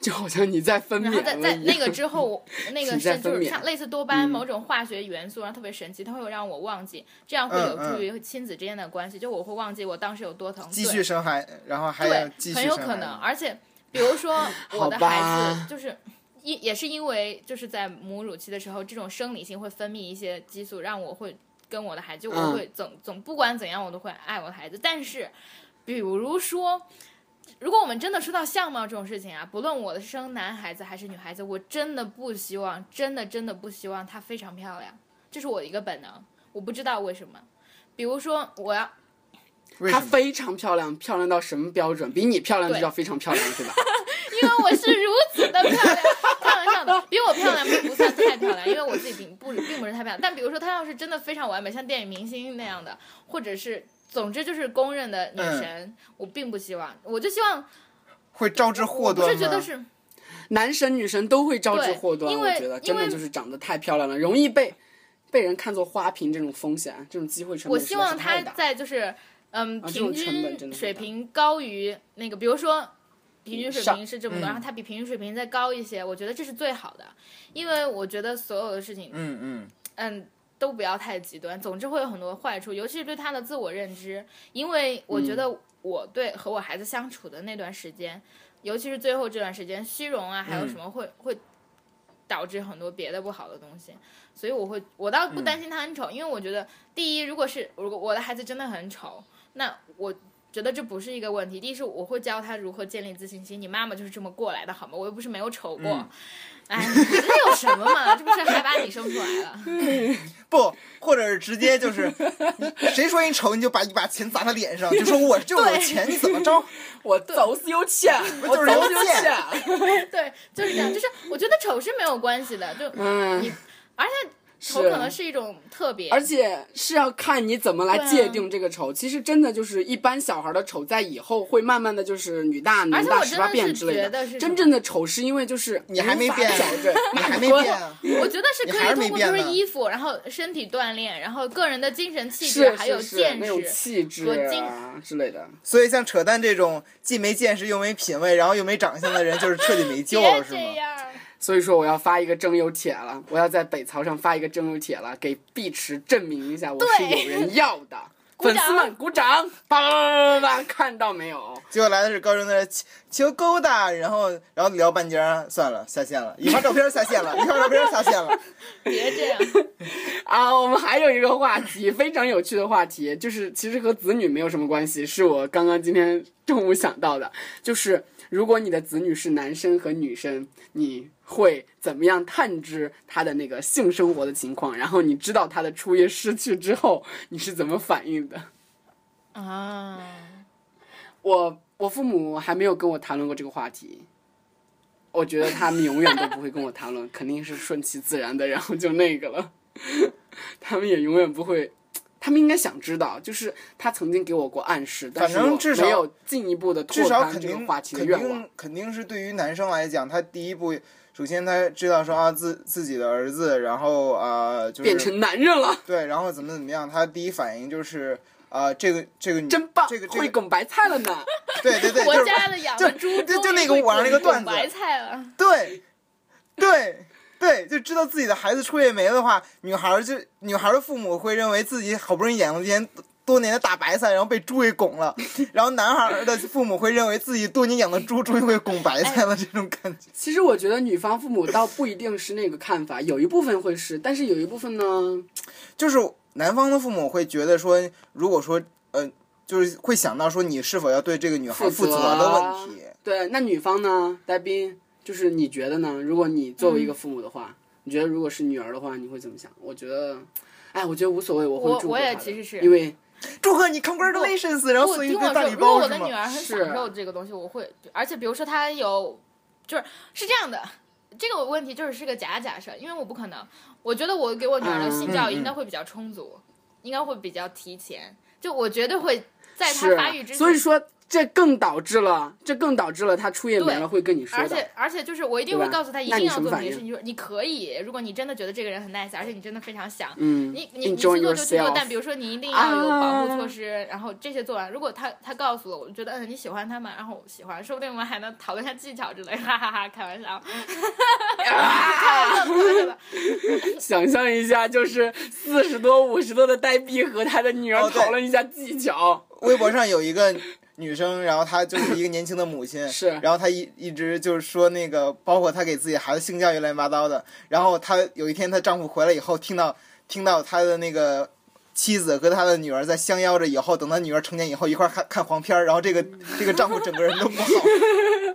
Speaker 3: 就好像你在分
Speaker 4: 然
Speaker 3: 娩
Speaker 4: 后在
Speaker 3: 了
Speaker 4: 在
Speaker 3: 一
Speaker 4: 那个
Speaker 3: 样
Speaker 4: 之 后，我那个
Speaker 3: 请再
Speaker 4: 是就
Speaker 3: 分
Speaker 4: 是
Speaker 3: 娩
Speaker 4: 像类似多巴胺
Speaker 1: 嗯
Speaker 4: 某种化学元素，然后特别神奇，它会让我忘记，这样会有
Speaker 1: 嗯
Speaker 4: 助于亲子之间的关系。就我会忘记我当时有多疼，
Speaker 1: 继
Speaker 4: 对
Speaker 1: 续生孩，然后还要继
Speaker 4: 对，
Speaker 1: 续
Speaker 4: 很
Speaker 1: 生
Speaker 4: 有
Speaker 1: 孩
Speaker 4: 可能。而且比如 说我的
Speaker 3: 好吧
Speaker 4: 孩子就是。因也是因为就是在母乳期的时候，这种生理性会分泌一些激素，让我会跟我的孩子，就我
Speaker 3: 嗯
Speaker 4: 会总、总不管怎样，我都会爱我的孩子。但是，比如说，如果我们真的说到相貌这种事情啊，不论我生男孩子还是女孩子，我真的不希望，真的真的不希望她非常漂亮，这是我的一个本能，我不知道为什么。比如说，我要
Speaker 1: 为
Speaker 3: 她
Speaker 1: 什么？
Speaker 3: 非常漂亮，漂亮到什么标准？比你漂亮就叫非常漂亮，对吧？
Speaker 4: 因为我是如此的漂亮，开玩笑的，比我漂亮不算太漂亮，因为我自己并不并不是太漂亮。但比如说，她要是真的非常完美，像电影明星那样的，或者是总之就是公认的女神，
Speaker 3: 嗯
Speaker 4: 我并不希望，我就希望
Speaker 1: 会招致祸
Speaker 4: 我不
Speaker 1: 端
Speaker 4: 是
Speaker 1: 吗？
Speaker 4: 觉得是
Speaker 3: 男神女神都会招致
Speaker 4: 对
Speaker 3: 祸端，
Speaker 4: 因
Speaker 3: 我
Speaker 4: 为
Speaker 3: 觉得真
Speaker 4: 因
Speaker 3: 的
Speaker 4: 为
Speaker 3: 就是长得太漂亮了，容易被被人看作花瓶这种风险，这种机会成
Speaker 4: 我
Speaker 3: 本实
Speaker 4: 希
Speaker 3: 在是
Speaker 4: 望
Speaker 3: 太
Speaker 4: 她
Speaker 3: 大了。
Speaker 4: 在就是嗯
Speaker 3: 啊这种
Speaker 4: 平
Speaker 3: 成本真
Speaker 4: 均
Speaker 3: 的很
Speaker 4: 水
Speaker 3: 大
Speaker 4: 平高于那个，比如说平均水
Speaker 3: 上
Speaker 4: 平是这么多，
Speaker 1: 嗯
Speaker 4: 然后她比平均水平再高一些，我觉得这是最好的，因为我觉得所有的事情，
Speaker 1: 嗯嗯，
Speaker 4: 嗯，都不要太极端。总之会有很多坏处，尤其是对他的自我认知，因为我觉得我对和我孩子相处的那段时间，尤其是最后这段时间，虚荣啊，还有什么会、会导致很多别的不好的东西。所以我会，我倒不担心他很丑，因为我觉得第一，如果是如果我的孩子真的很丑，那我。觉得这不是一个问题。第一是我会教他如何建立自信心，你妈妈就是这么过来的，好吗？我又不是没有丑过，
Speaker 1: 嗯
Speaker 4: 哎，这有什么嘛？这不是还把你生出来了？
Speaker 1: 不，或者是直接就是，谁说你丑，你就把一把钱砸他脸上，就说 我就有钱，你怎么着？
Speaker 3: 我就是有钱，我
Speaker 1: 就是
Speaker 3: 就是
Speaker 1: 有
Speaker 3: 有
Speaker 1: 钱
Speaker 3: 钱。
Speaker 4: 对，就是这样。就是我觉得丑是没有关系的，就
Speaker 3: 嗯，
Speaker 4: 你而且丑
Speaker 3: 是
Speaker 4: 可能是一种特别，
Speaker 3: 而且是要看你怎么来
Speaker 4: 对啊
Speaker 3: 界定这个丑。其实真的就是一般小孩的丑，在以后会慢慢的就是女大
Speaker 4: 而
Speaker 3: 男
Speaker 4: 且
Speaker 3: 大
Speaker 4: 我
Speaker 3: 十八
Speaker 4: 真
Speaker 3: 变
Speaker 4: 的
Speaker 3: 之
Speaker 4: 是
Speaker 3: 类
Speaker 4: 觉
Speaker 3: 的。
Speaker 4: 得是
Speaker 3: 真
Speaker 4: 什
Speaker 3: 正的丑是因为就是
Speaker 1: 你还没变啊
Speaker 3: 无法矫正，
Speaker 1: 你还没
Speaker 3: 滚
Speaker 1: 变啊？
Speaker 4: 么，我觉得是
Speaker 1: 你
Speaker 4: 可
Speaker 1: 还
Speaker 4: 以
Speaker 1: 是没
Speaker 4: 通过
Speaker 1: 变
Speaker 4: 就是
Speaker 1: 呢
Speaker 4: 衣服，然后身体锻炼，然后个人的精神气质
Speaker 3: 是
Speaker 4: 还有
Speaker 3: 是是
Speaker 4: 见
Speaker 3: 那种
Speaker 4: 识。
Speaker 3: 气质
Speaker 4: 和精
Speaker 3: 啊之类的。
Speaker 1: 所以像扯淡这种既没见识又没品位，然后又没长相的人，就是彻底没救
Speaker 4: 别
Speaker 1: 了，是
Speaker 4: 这
Speaker 1: 吗？
Speaker 4: 样，
Speaker 3: 所以说我要发一个征友帖了，我要在北曹上发一个征友帖了，给碧池证明一下我是
Speaker 4: 对
Speaker 3: 有人要的。
Speaker 4: 鼓
Speaker 3: 粉
Speaker 4: 掌
Speaker 3: 丝们鼓掌，叭叭叭叭叭，看到没有？
Speaker 1: 结果来的是高中的求求勾搭，然后然后聊半截儿，算了，下线了，一发照片儿下线了，一发照片儿下线了。
Speaker 4: 别这样。
Speaker 3: 啊，我们还有一个话题，非常有趣的话题，就是其实和子女没有什么关系，是我刚刚今天 中午想到的，就是如果你的子女是男生和女生，你会怎么样探知他的那个性生活的情况？然后你知道他的初夜失去之后，你是怎么反应的？
Speaker 4: 啊，
Speaker 3: 我我父母还没有跟我谈论过这个话题，我觉得他们永远都不会跟我谈论，肯定是顺其自然的，然后就那个了。 他们也永远不会，他们应该想知道，就是他曾经给我过暗示，但是
Speaker 1: 反正
Speaker 3: 我
Speaker 1: 至少
Speaker 3: 没有进一步的拓
Speaker 1: 至少
Speaker 3: 宽
Speaker 1: 肯
Speaker 3: 这个
Speaker 1: 定
Speaker 3: 话题的
Speaker 1: 肯
Speaker 3: 愿望
Speaker 1: 定。肯定是对于男生来讲，他第一步，首先他知道说啊自自己的儿子，然后啊、呃就是
Speaker 3: 变成男人了，
Speaker 1: 对，然后怎么怎么样，他第一反应就是啊、呃这个这个女
Speaker 3: 真棒！
Speaker 1: 这个这
Speaker 3: 会
Speaker 1: 个
Speaker 3: 拱白菜了呢。
Speaker 1: 对对对，
Speaker 2: 我
Speaker 1: 就是
Speaker 2: 家的养
Speaker 1: 就
Speaker 2: 的猪，
Speaker 1: 就
Speaker 2: 终
Speaker 1: 就那
Speaker 2: 于
Speaker 1: 个
Speaker 2: 会
Speaker 1: 网上
Speaker 2: 滚
Speaker 1: 那个
Speaker 2: 一滚
Speaker 1: 段子
Speaker 2: 白菜了，
Speaker 1: 对，对，对，就知道自己的孩子出月没的话，女孩儿就女孩儿的父母会认为自己好不容易养了年多年的大白菜，然后被猪给拱了；然后男孩儿的父母会认为自己多年养的猪终于会拱白菜
Speaker 3: 哎
Speaker 1: 了，这种感觉。
Speaker 3: 其实我觉得女方父母倒不一定是那个看法，有一部分会是，但是有一部分呢，
Speaker 1: 就是男方的父母会觉得说，如果说呃，就是会想到说你是否要对这个女孩负责
Speaker 4: 啊
Speaker 1: 的问题。
Speaker 3: 对，那女方呢，戴斌，就是你觉得呢？如果你作
Speaker 4: 嗯
Speaker 3: 为一个父母的话，你觉得如果是女儿的话，你会怎么想？我觉得，哎，我觉得无所谓，我会
Speaker 4: 我
Speaker 3: 祝福
Speaker 4: 我也
Speaker 3: 她的
Speaker 4: 其实是
Speaker 3: 因为
Speaker 1: 祝贺你 congratulations，然后
Speaker 4: 我
Speaker 1: 送
Speaker 4: 听
Speaker 1: 一
Speaker 4: 我
Speaker 1: 个大
Speaker 4: 说，
Speaker 1: 礼
Speaker 4: 如果
Speaker 1: 包
Speaker 4: 我
Speaker 1: 是
Speaker 4: 的
Speaker 1: 吗
Speaker 4: 女？儿很
Speaker 3: 是
Speaker 4: 享受这个东西，我会，而且比如说她有，就是是这样的，这个问题就是是个假假设，因为我不可能，我觉得我给我女儿的性教育
Speaker 1: 嗯嗯
Speaker 4: 应该会比较充足，应该会比较提前，就我绝对会在她
Speaker 3: 是
Speaker 4: 发育之前，
Speaker 3: 所以说这更导致了，这更导致了他出夜没了会跟你说
Speaker 4: 而
Speaker 3: 的。
Speaker 4: 且而且就是我一定
Speaker 3: 对
Speaker 4: 会
Speaker 3: 吧
Speaker 4: 告诉他一
Speaker 3: 那
Speaker 4: 定
Speaker 3: 你
Speaker 4: 要
Speaker 3: 什么
Speaker 4: 做这
Speaker 3: 反
Speaker 4: 件
Speaker 3: 应
Speaker 4: 事情，就是你可以，如果你真的觉得这个人很 nice，而且你真的非常想，
Speaker 3: 嗯
Speaker 4: 你你你去做
Speaker 3: ，enjoy
Speaker 4: 就去做
Speaker 3: yourself，
Speaker 4: 但比如说你一定要有保护措
Speaker 3: 啊
Speaker 4: 施，然后这些做完，如果他他告诉我，我觉得嗯你喜欢他嘛，然后我喜欢，说不定我们还能讨论一下技巧之类，哈哈哈，开玩笑， 开玩笑，开玩笑的，
Speaker 3: 想象一下，就是四十多、五十多的呆逼和他的女儿
Speaker 1: 哦对
Speaker 3: 讨论一下技巧。
Speaker 1: 微博上有一个女生，然后她就是一个年轻的母 亲，
Speaker 3: 是
Speaker 1: 然后她一一直就是说那个，包括她给自己孩子性教育乱七八糟的。然后她有一天她丈夫回来以后，听到听到她的那个妻子和她的女儿在相邀着，以后等她女儿成年以后一块儿看看黄片儿，然后这个这个丈夫整个人都不好。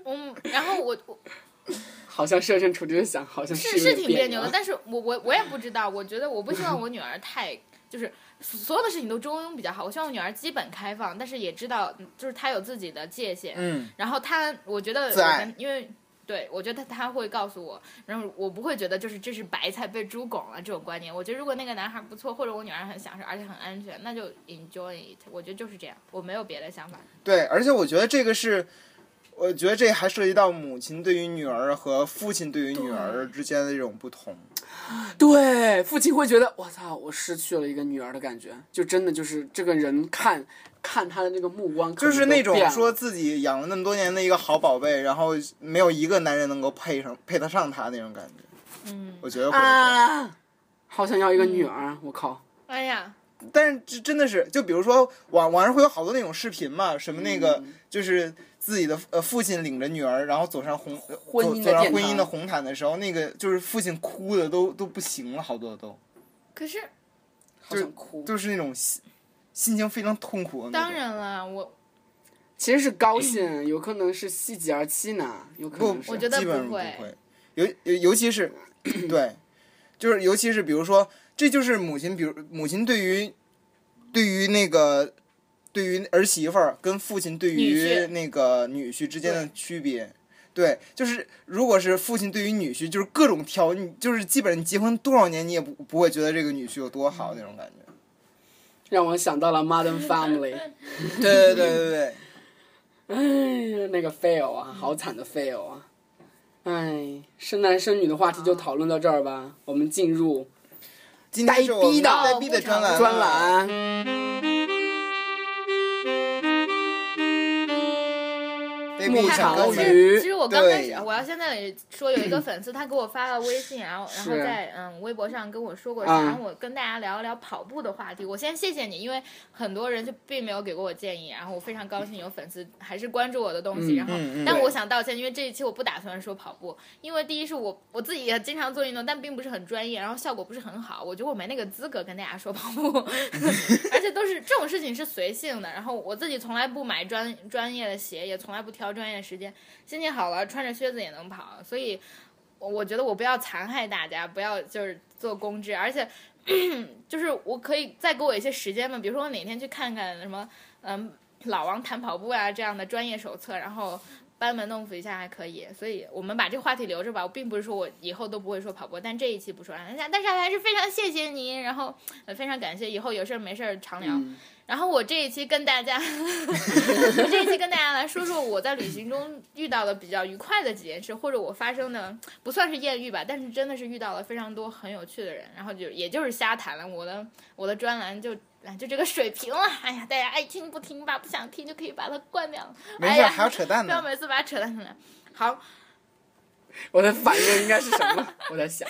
Speaker 4: 嗯，然后我我
Speaker 3: 好像设身处地的想，好像
Speaker 4: 是
Speaker 3: 是
Speaker 4: 是挺别扭的，但是我我我也不知道，我觉得我不希望我女儿太就是所有的事情都中庸比较好，我希望我女儿基本开放，但是也知道嗯就是她有自己的界限，
Speaker 1: 嗯，
Speaker 4: 然后她我觉得
Speaker 1: 自
Speaker 4: 我
Speaker 1: 爱
Speaker 4: 们因为。对，我觉得她会告诉我，然后我不会觉得就是这是白菜被猪拱了这种观念。我觉得如果那个男孩不错，或者我女儿很享受，而且很安全，那就 enjoy it。我觉得就是这样，我没有别的想法。
Speaker 1: 对，而且我觉得这个是。我觉得这还涉及到母亲对于女儿和父亲对于女儿之间的这种不同。
Speaker 3: 对，父亲会觉得我操，我失去了一个女儿的感觉，就真的就是这个人看看他的那个目光可
Speaker 1: 就
Speaker 3: 能
Speaker 1: 是
Speaker 3: 都
Speaker 1: 那种
Speaker 3: 变了
Speaker 1: 说自己养了那么多年的一个好宝贝，然后没有一个男人能够配上配得上她那种感觉。
Speaker 4: 嗯，
Speaker 1: 我觉得会有这样，
Speaker 3: 啊，好想要一个女
Speaker 1: 嗯
Speaker 3: 儿，我靠，
Speaker 4: 哎呀，
Speaker 1: 但是这真的是，就比如说网网上会有好多那种视频嘛，什么那个、
Speaker 3: 嗯
Speaker 1: 就是自己的呃父亲领着女儿，然后走上红
Speaker 3: 婚姻的
Speaker 1: 走走上
Speaker 3: 殿
Speaker 1: 婚姻的
Speaker 3: 堂
Speaker 1: 红毯的时候，那个就是父亲哭的都都不行了，好多都
Speaker 4: 可是
Speaker 3: 好想哭。
Speaker 1: 就是那种心心情非常痛苦的那种。
Speaker 4: 当然了，我
Speaker 3: 其实是高兴，有可能是喜极而泣呢，有可能是。
Speaker 4: 我觉得
Speaker 1: 基
Speaker 4: 不
Speaker 1: 本上不
Speaker 4: 会
Speaker 1: 会，尤尤尤其是对，就是尤其是比如说，这就是母亲，比如母亲对于对于那个对于儿媳妇儿跟父亲对
Speaker 4: 女
Speaker 1: 于
Speaker 4: 婿
Speaker 1: 那个女婿之间的区别。对，就是如果是父亲对于女婿，就是各种挑，你就是基本上你结婚多少年，你也不不会觉得这个女婿有多好那种感觉。
Speaker 3: 让我想到了《Modern Family
Speaker 1: 对对对对对，》，
Speaker 3: 哎呀，那个 fail 啊，好惨的 fail 啊！哎，生男生女的话题就讨论到这儿吧，我们进入
Speaker 1: 今天是我
Speaker 3: 呆逼
Speaker 1: 们
Speaker 3: 的
Speaker 1: 呆逼的专栏了
Speaker 3: 专栏。
Speaker 1: 呆逼
Speaker 3: 牧
Speaker 1: 想
Speaker 3: 场
Speaker 1: 跟
Speaker 3: 物
Speaker 1: 你
Speaker 3: 语
Speaker 1: 们
Speaker 4: 其实我刚开始
Speaker 1: 对，
Speaker 4: 我要现在里说有一个粉丝，他给我发了微信，然后然后
Speaker 3: 是
Speaker 4: 在嗯微博上跟我说过，
Speaker 3: 啊
Speaker 4: 想让我跟大家聊一聊跑步的话题。我先谢谢你，因为很多人就并没有给过我建议，然后我非常高兴有粉丝还是关注我的东西，
Speaker 3: 嗯
Speaker 4: 然后
Speaker 1: 嗯嗯
Speaker 4: 但
Speaker 1: 对
Speaker 4: 我想道歉，因为这一期我不打算说跑步，因为第一是我我自己也经常做运动，但并不是很专业，然后效果不是很好，我觉得我没那个资格跟大家说跑步， 而且都是这种事情是随性的。然后我自己从来不买专专业的鞋，也从来不挑专业的时间，心情好了穿着靴子也能跑，所以我我觉得我不要残害大家，不要就是做公知，而且 就是我可以再给我一些时间嘛，比如说我哪天去看看什么嗯老王谈跑步啊这样的专业手册，然后。班门弄斧一下还可以，所以我们把这个话题留着吧。我并不是说我以后都不会说跑步，但这一期不说了。但是还是非常谢谢你，然后呃非常感谢，以后有事儿没事儿常聊。
Speaker 3: 嗯
Speaker 4: 然后我这一期跟大家， 我这一期跟大家来说说我在旅行中遇到的比较愉快的几件事，或者我发生的不算是艳遇吧，但是真的是遇到了非常多很有趣的人，然后就也就是瞎谈了。我的我的专栏就哎就这个水平了，哎呀，大家爱听不听吧，不想听就可以把它关掉了。
Speaker 1: 没
Speaker 4: 哎
Speaker 1: 事，
Speaker 4: 呀
Speaker 1: 还有扯淡
Speaker 4: 不要
Speaker 1: 呢。
Speaker 4: 每次把它扯淡上来。好，
Speaker 3: 我的反应应该是什 么？我在想，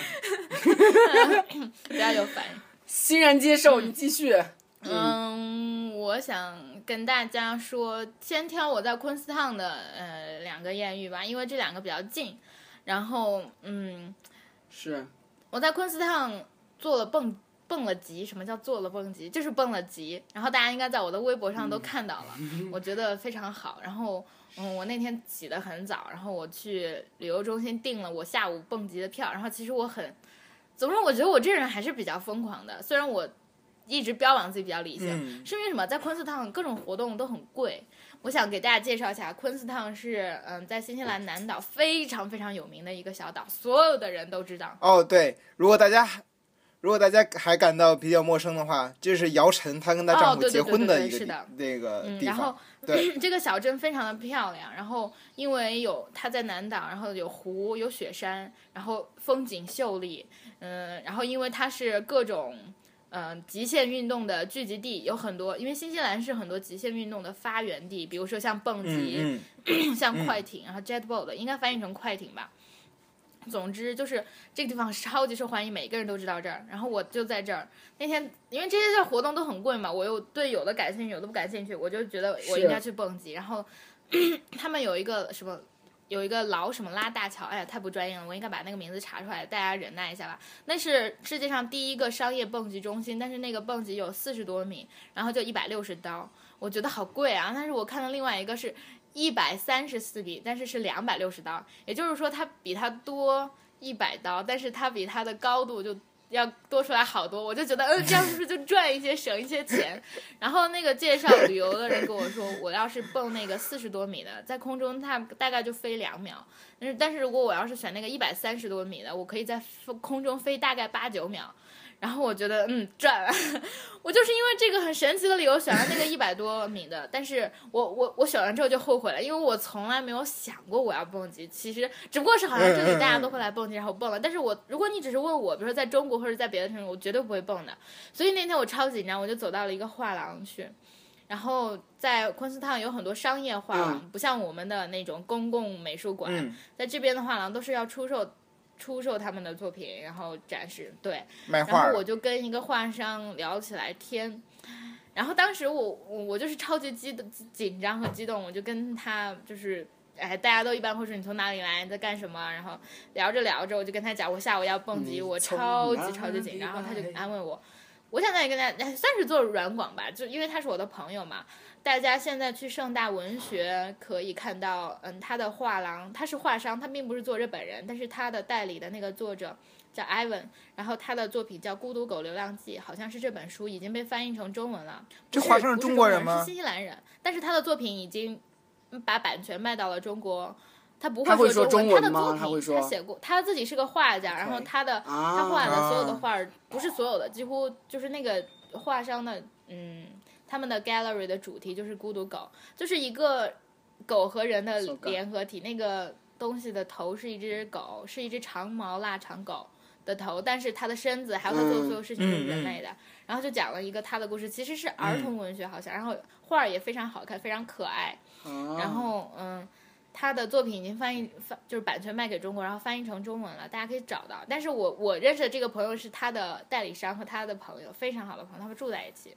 Speaker 4: 不要有反应。
Speaker 3: 欣然接受，你继续。
Speaker 4: 嗯，我想跟大家说，先挑我在昆士坦的呃两个艳遇吧，因为这两个比较近。然后，嗯，
Speaker 3: 是
Speaker 4: 我在昆士坦做了蹦蹦了级，什么叫做了蹦级？就是蹦了级。然后大家应该在我的微博上都看到了，我觉得非常好。然后，嗯，我那天起得很早，然后我去旅游中心订了我下午蹦极的票。然后其实我很，总之我觉得我这人还是比较疯狂的，虽然我一直标榜自己比较理性，
Speaker 1: 嗯
Speaker 4: 是因为什么？在昆士坦各种活动都很贵。我想给大家介绍一下，昆士坦是嗯，在新西兰南岛非常非常有名的一个小岛，所有的人都知道。
Speaker 1: 哦，对，如果大家还如果大家还感到比较陌生的话，这是姚晨她跟她
Speaker 4: 哦
Speaker 1: 丈夫
Speaker 4: 对对
Speaker 1: 结
Speaker 4: 对
Speaker 1: 婚
Speaker 4: 对
Speaker 1: 的
Speaker 4: 对
Speaker 1: 一个
Speaker 4: 是
Speaker 1: 地
Speaker 4: 的
Speaker 1: 那个
Speaker 4: 嗯，
Speaker 1: 地
Speaker 4: 然后
Speaker 1: 方。对，
Speaker 4: 这个小镇非常的漂亮，然后因为有它在南岛，然后有湖、有雪山，然后风景秀丽，嗯，然后因为它是各种嗯、呃极限运动的聚集地，有很多，因为新西兰是很多极限运动的发源地，比如说像蹦
Speaker 1: 嗯
Speaker 4: 极、
Speaker 1: 嗯，
Speaker 4: 像快艇，然后 jet boat 应该翻译成快艇吧。总之就是这个地方超级受欢迎，每个人都知道这儿。然后我就在这儿那天，因为这些活动都很贵嘛，我又对有的感兴趣，有的不感兴趣，我就觉得我
Speaker 3: 是
Speaker 4: 应该去蹦极。然后 他们有一个什么，有一个老什么拉大桥，哎呀，太不专业了，我应该把那个名字查出来，大家忍耐一下吧。那是世界上第一个商业蹦极中心，但是那个蹦极有四十多米，然后就一百六十刀，我觉得好贵啊。但是我看到另外一个是一百三十四米，但是是两百六十刀，也就是说它比它多一百刀，但是它比它的高度就要多出来好多。我就觉得，嗯，这样是不是就赚一些，省一些钱？然后那个介绍旅游的人跟我说，我要是蹦那个四十多米的，在空中它大概就飞两秒，但是但是如果我要是选那个一百三十多米的，我可以在空中飞大概八九秒。然后我觉得，嗯，赚了。 我就是因为这个很神奇的理由选了那个一百多米的，但是我我我选完之后就后悔了，因为我从来没有想过我要蹦极。其实只不过是好像这里大家都会来蹦极，然后蹦了。但是我如果你只是问我，比如说在中国或者在别的城市，我绝对不会蹦的。所以那天我超紧张，我就走到了一个画廊去。然后在昆士坦有很多商业画廊，不像我们的那种公共美术馆，
Speaker 1: 嗯
Speaker 4: 在这边的画廊都是要出售出售他们的作品，然后展示。对，
Speaker 1: 卖
Speaker 4: 然
Speaker 1: 画
Speaker 4: 后
Speaker 1: 儿
Speaker 4: 我就跟一个画商聊起来天，然后当时我我我就是超级激动、紧张和激动，我就跟他就是。哎，大家都一般会说你从哪里来，你在干什么？然后聊着聊着，我就跟他讲我下午要蹦极，
Speaker 3: 你
Speaker 1: 嗯
Speaker 4: 我
Speaker 3: 从
Speaker 4: 超级
Speaker 3: 哪
Speaker 1: 啊
Speaker 4: 超级紧张。然后他就
Speaker 3: 里来
Speaker 4: 安慰我，我想在跟大家哎算是做软广吧，就因为他是我的朋友嘛。大家现在去盛大文学可以看到，嗯，他的画廊，他是画商，他并不是作者本人，但是他的代理的那个作者叫 Ivan，然后他的作品叫《孤独狗流浪记》，好像是这本书已经被翻译成中文了。
Speaker 1: 这
Speaker 4: 不
Speaker 1: 画
Speaker 4: 是
Speaker 1: 商是
Speaker 4: 不
Speaker 1: 中
Speaker 4: 中
Speaker 1: 国
Speaker 4: 人
Speaker 1: 人吗
Speaker 4: 是新西兰人，但是他的作品已经嗯把版权卖到了中国。他不
Speaker 3: 他会
Speaker 4: 说
Speaker 3: 说
Speaker 4: 中
Speaker 3: 中文吗
Speaker 4: 他
Speaker 3: 他
Speaker 4: 的作
Speaker 3: 会
Speaker 4: 品，
Speaker 3: 说
Speaker 4: 写过，他自己是个画家，然后
Speaker 3: OK
Speaker 4: 他的他
Speaker 3: 啊
Speaker 4: 画的所有的
Speaker 1: 啊
Speaker 4: 画儿，不是所有的，几乎就是那个画商的，嗯，他们的 gallery 的主题就是孤独狗，就是一个狗和人的
Speaker 3: So good
Speaker 4: 联合体。那个东西的头是一只狗，是一只长毛腊肠狗的头，但是它的身子还有它做的所有事情都是人类
Speaker 3: 嗯
Speaker 4: 的。然后就讲了一个它的故事，其实是儿童文学好像，然后画儿也非常好看，非常可爱。然
Speaker 3: 然
Speaker 4: 后嗯，他的作品已经翻译翻就是版权卖给中国，然后翻译成中文了，大家可以找到。但是我我认识的这个朋友是他的代理商和他的朋友，非常好的朋友，他们住在一起。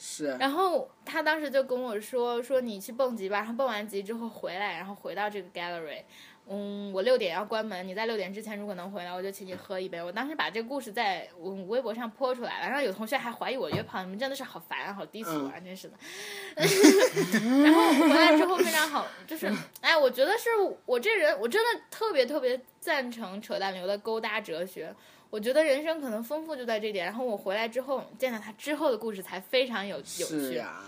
Speaker 3: 是
Speaker 4: 然后他当时就跟我说说你去蹦极吧，然后蹦完极之后回来，然后回到这个 gallery。嗯，我六点要关门，你在六点之前如果能回来，我就请你喝一杯。我当时把这个故事在我微博上泼出来了，然后有同学还怀疑我约炮，你们真的是好烦啊，好低俗啊，真是的。然后回来之后非常好，就是哎，我觉得是我这人，我真的特别特别赞成扯淡流的勾搭哲学。我觉得人生可能丰富就在这点。然后我回来之后见到他之后的故事才非常有有
Speaker 3: 是啊
Speaker 4: 趣。
Speaker 3: 呀，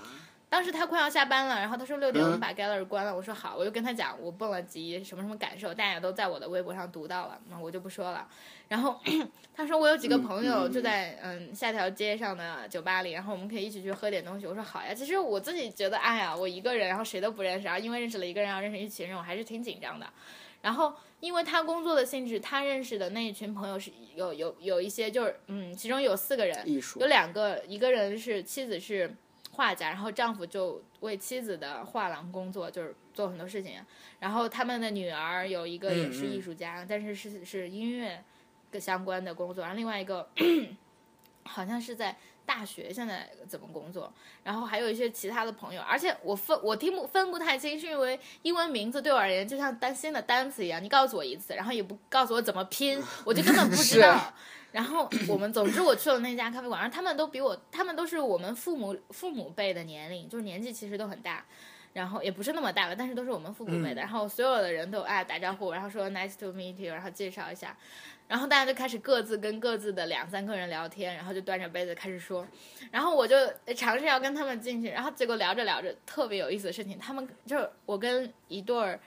Speaker 4: 当时他快要下班了，然后他说六点我们
Speaker 3: 嗯
Speaker 4: 把 gallery 关了，我说好，我就跟他讲我嗯蹦了级什么什么感受，大家都在我的微博上读到了，那我就不说了。然后 他他说我有几个朋友就在嗯下条街上的酒吧里，然后我们可以一起去喝点东西。我说好呀。其实我自己觉得，哎呀，我一个人，然后谁都不认识啊，因为认识了一个人，要认识一群人，我还是挺紧张的。然后，因为他工作的性质，他认识的那一群朋友是有有有一些就是嗯，其中有四个人，
Speaker 3: 艺术
Speaker 4: 有两个，一个人是妻子是画家，然后丈夫就为妻子的画廊工作，就是做很多事情。然后他们的女儿有一个也是艺术家，但是是是音乐的相关的工作，然后另外一个 好像是在大学现在怎么工作，然后还有一些其他的朋友，而且我分我听不分不太清，是因为英文名字对我而言就像单新的单词一样，你告诉我一次，然后也不告诉我怎么拼，我就根本不知道。然后我们，总之我去了那家咖啡馆，然后他们都比我，他们都是我们父母父母辈的年龄，就是年纪其实都很大，然后也不是那么大了，但是都是我们父母辈的。然后所有的人都哎打招呼，然后说 nice to meet you，然后介绍一下，然后大家就开始各自跟各自的两三个人聊天，然后就端着杯子开始说，然后我就尝试要跟他们进去，然后结果聊着聊着特别有意思的事情，他们就是我跟一对儿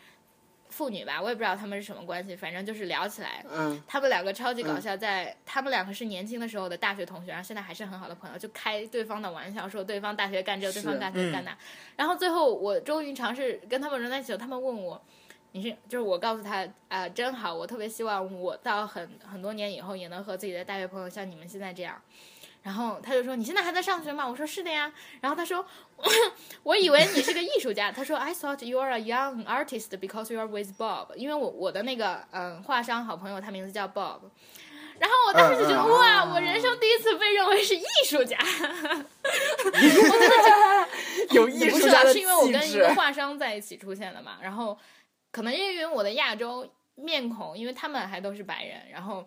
Speaker 4: 父女吧，我也不知道他们是什么关系，反正就是聊起来，
Speaker 3: 嗯，
Speaker 4: 他们两个超级搞笑，在他们两个是年轻的时候的大学同学，然后现在还是很好的朋友，就开对方的玩笑，说对方大学干这，对方大学干那。然后最后我终于尝试跟他们融在一起了，他们问我。你是就是我告诉他啊、真好！我特别希望我到很很多年以后也能和自己的大学朋友像你们现在这样。然后他就说：“你现在还在上学吗？”我说：“是的呀。”然后他说：“我以为你是个艺术家。”他说：“I thought you are a young artist because you are with Bob。”因为我我的那个嗯画商好朋友，他名字叫 Bob。然后我当时就觉得、
Speaker 1: 嗯嗯
Speaker 4: 哇，我人生第一次被认为是艺术家。
Speaker 3: 有
Speaker 4: 也
Speaker 3: 艺
Speaker 4: 不
Speaker 3: 术
Speaker 4: 是
Speaker 3: 家
Speaker 4: 啦，
Speaker 3: 的
Speaker 4: 是因为我
Speaker 3: 气
Speaker 4: 跟一
Speaker 3: 质
Speaker 4: 个。画商在一起出现的嘛，然后可能因为我的亚洲面孔，因为他们还都是白人，然后。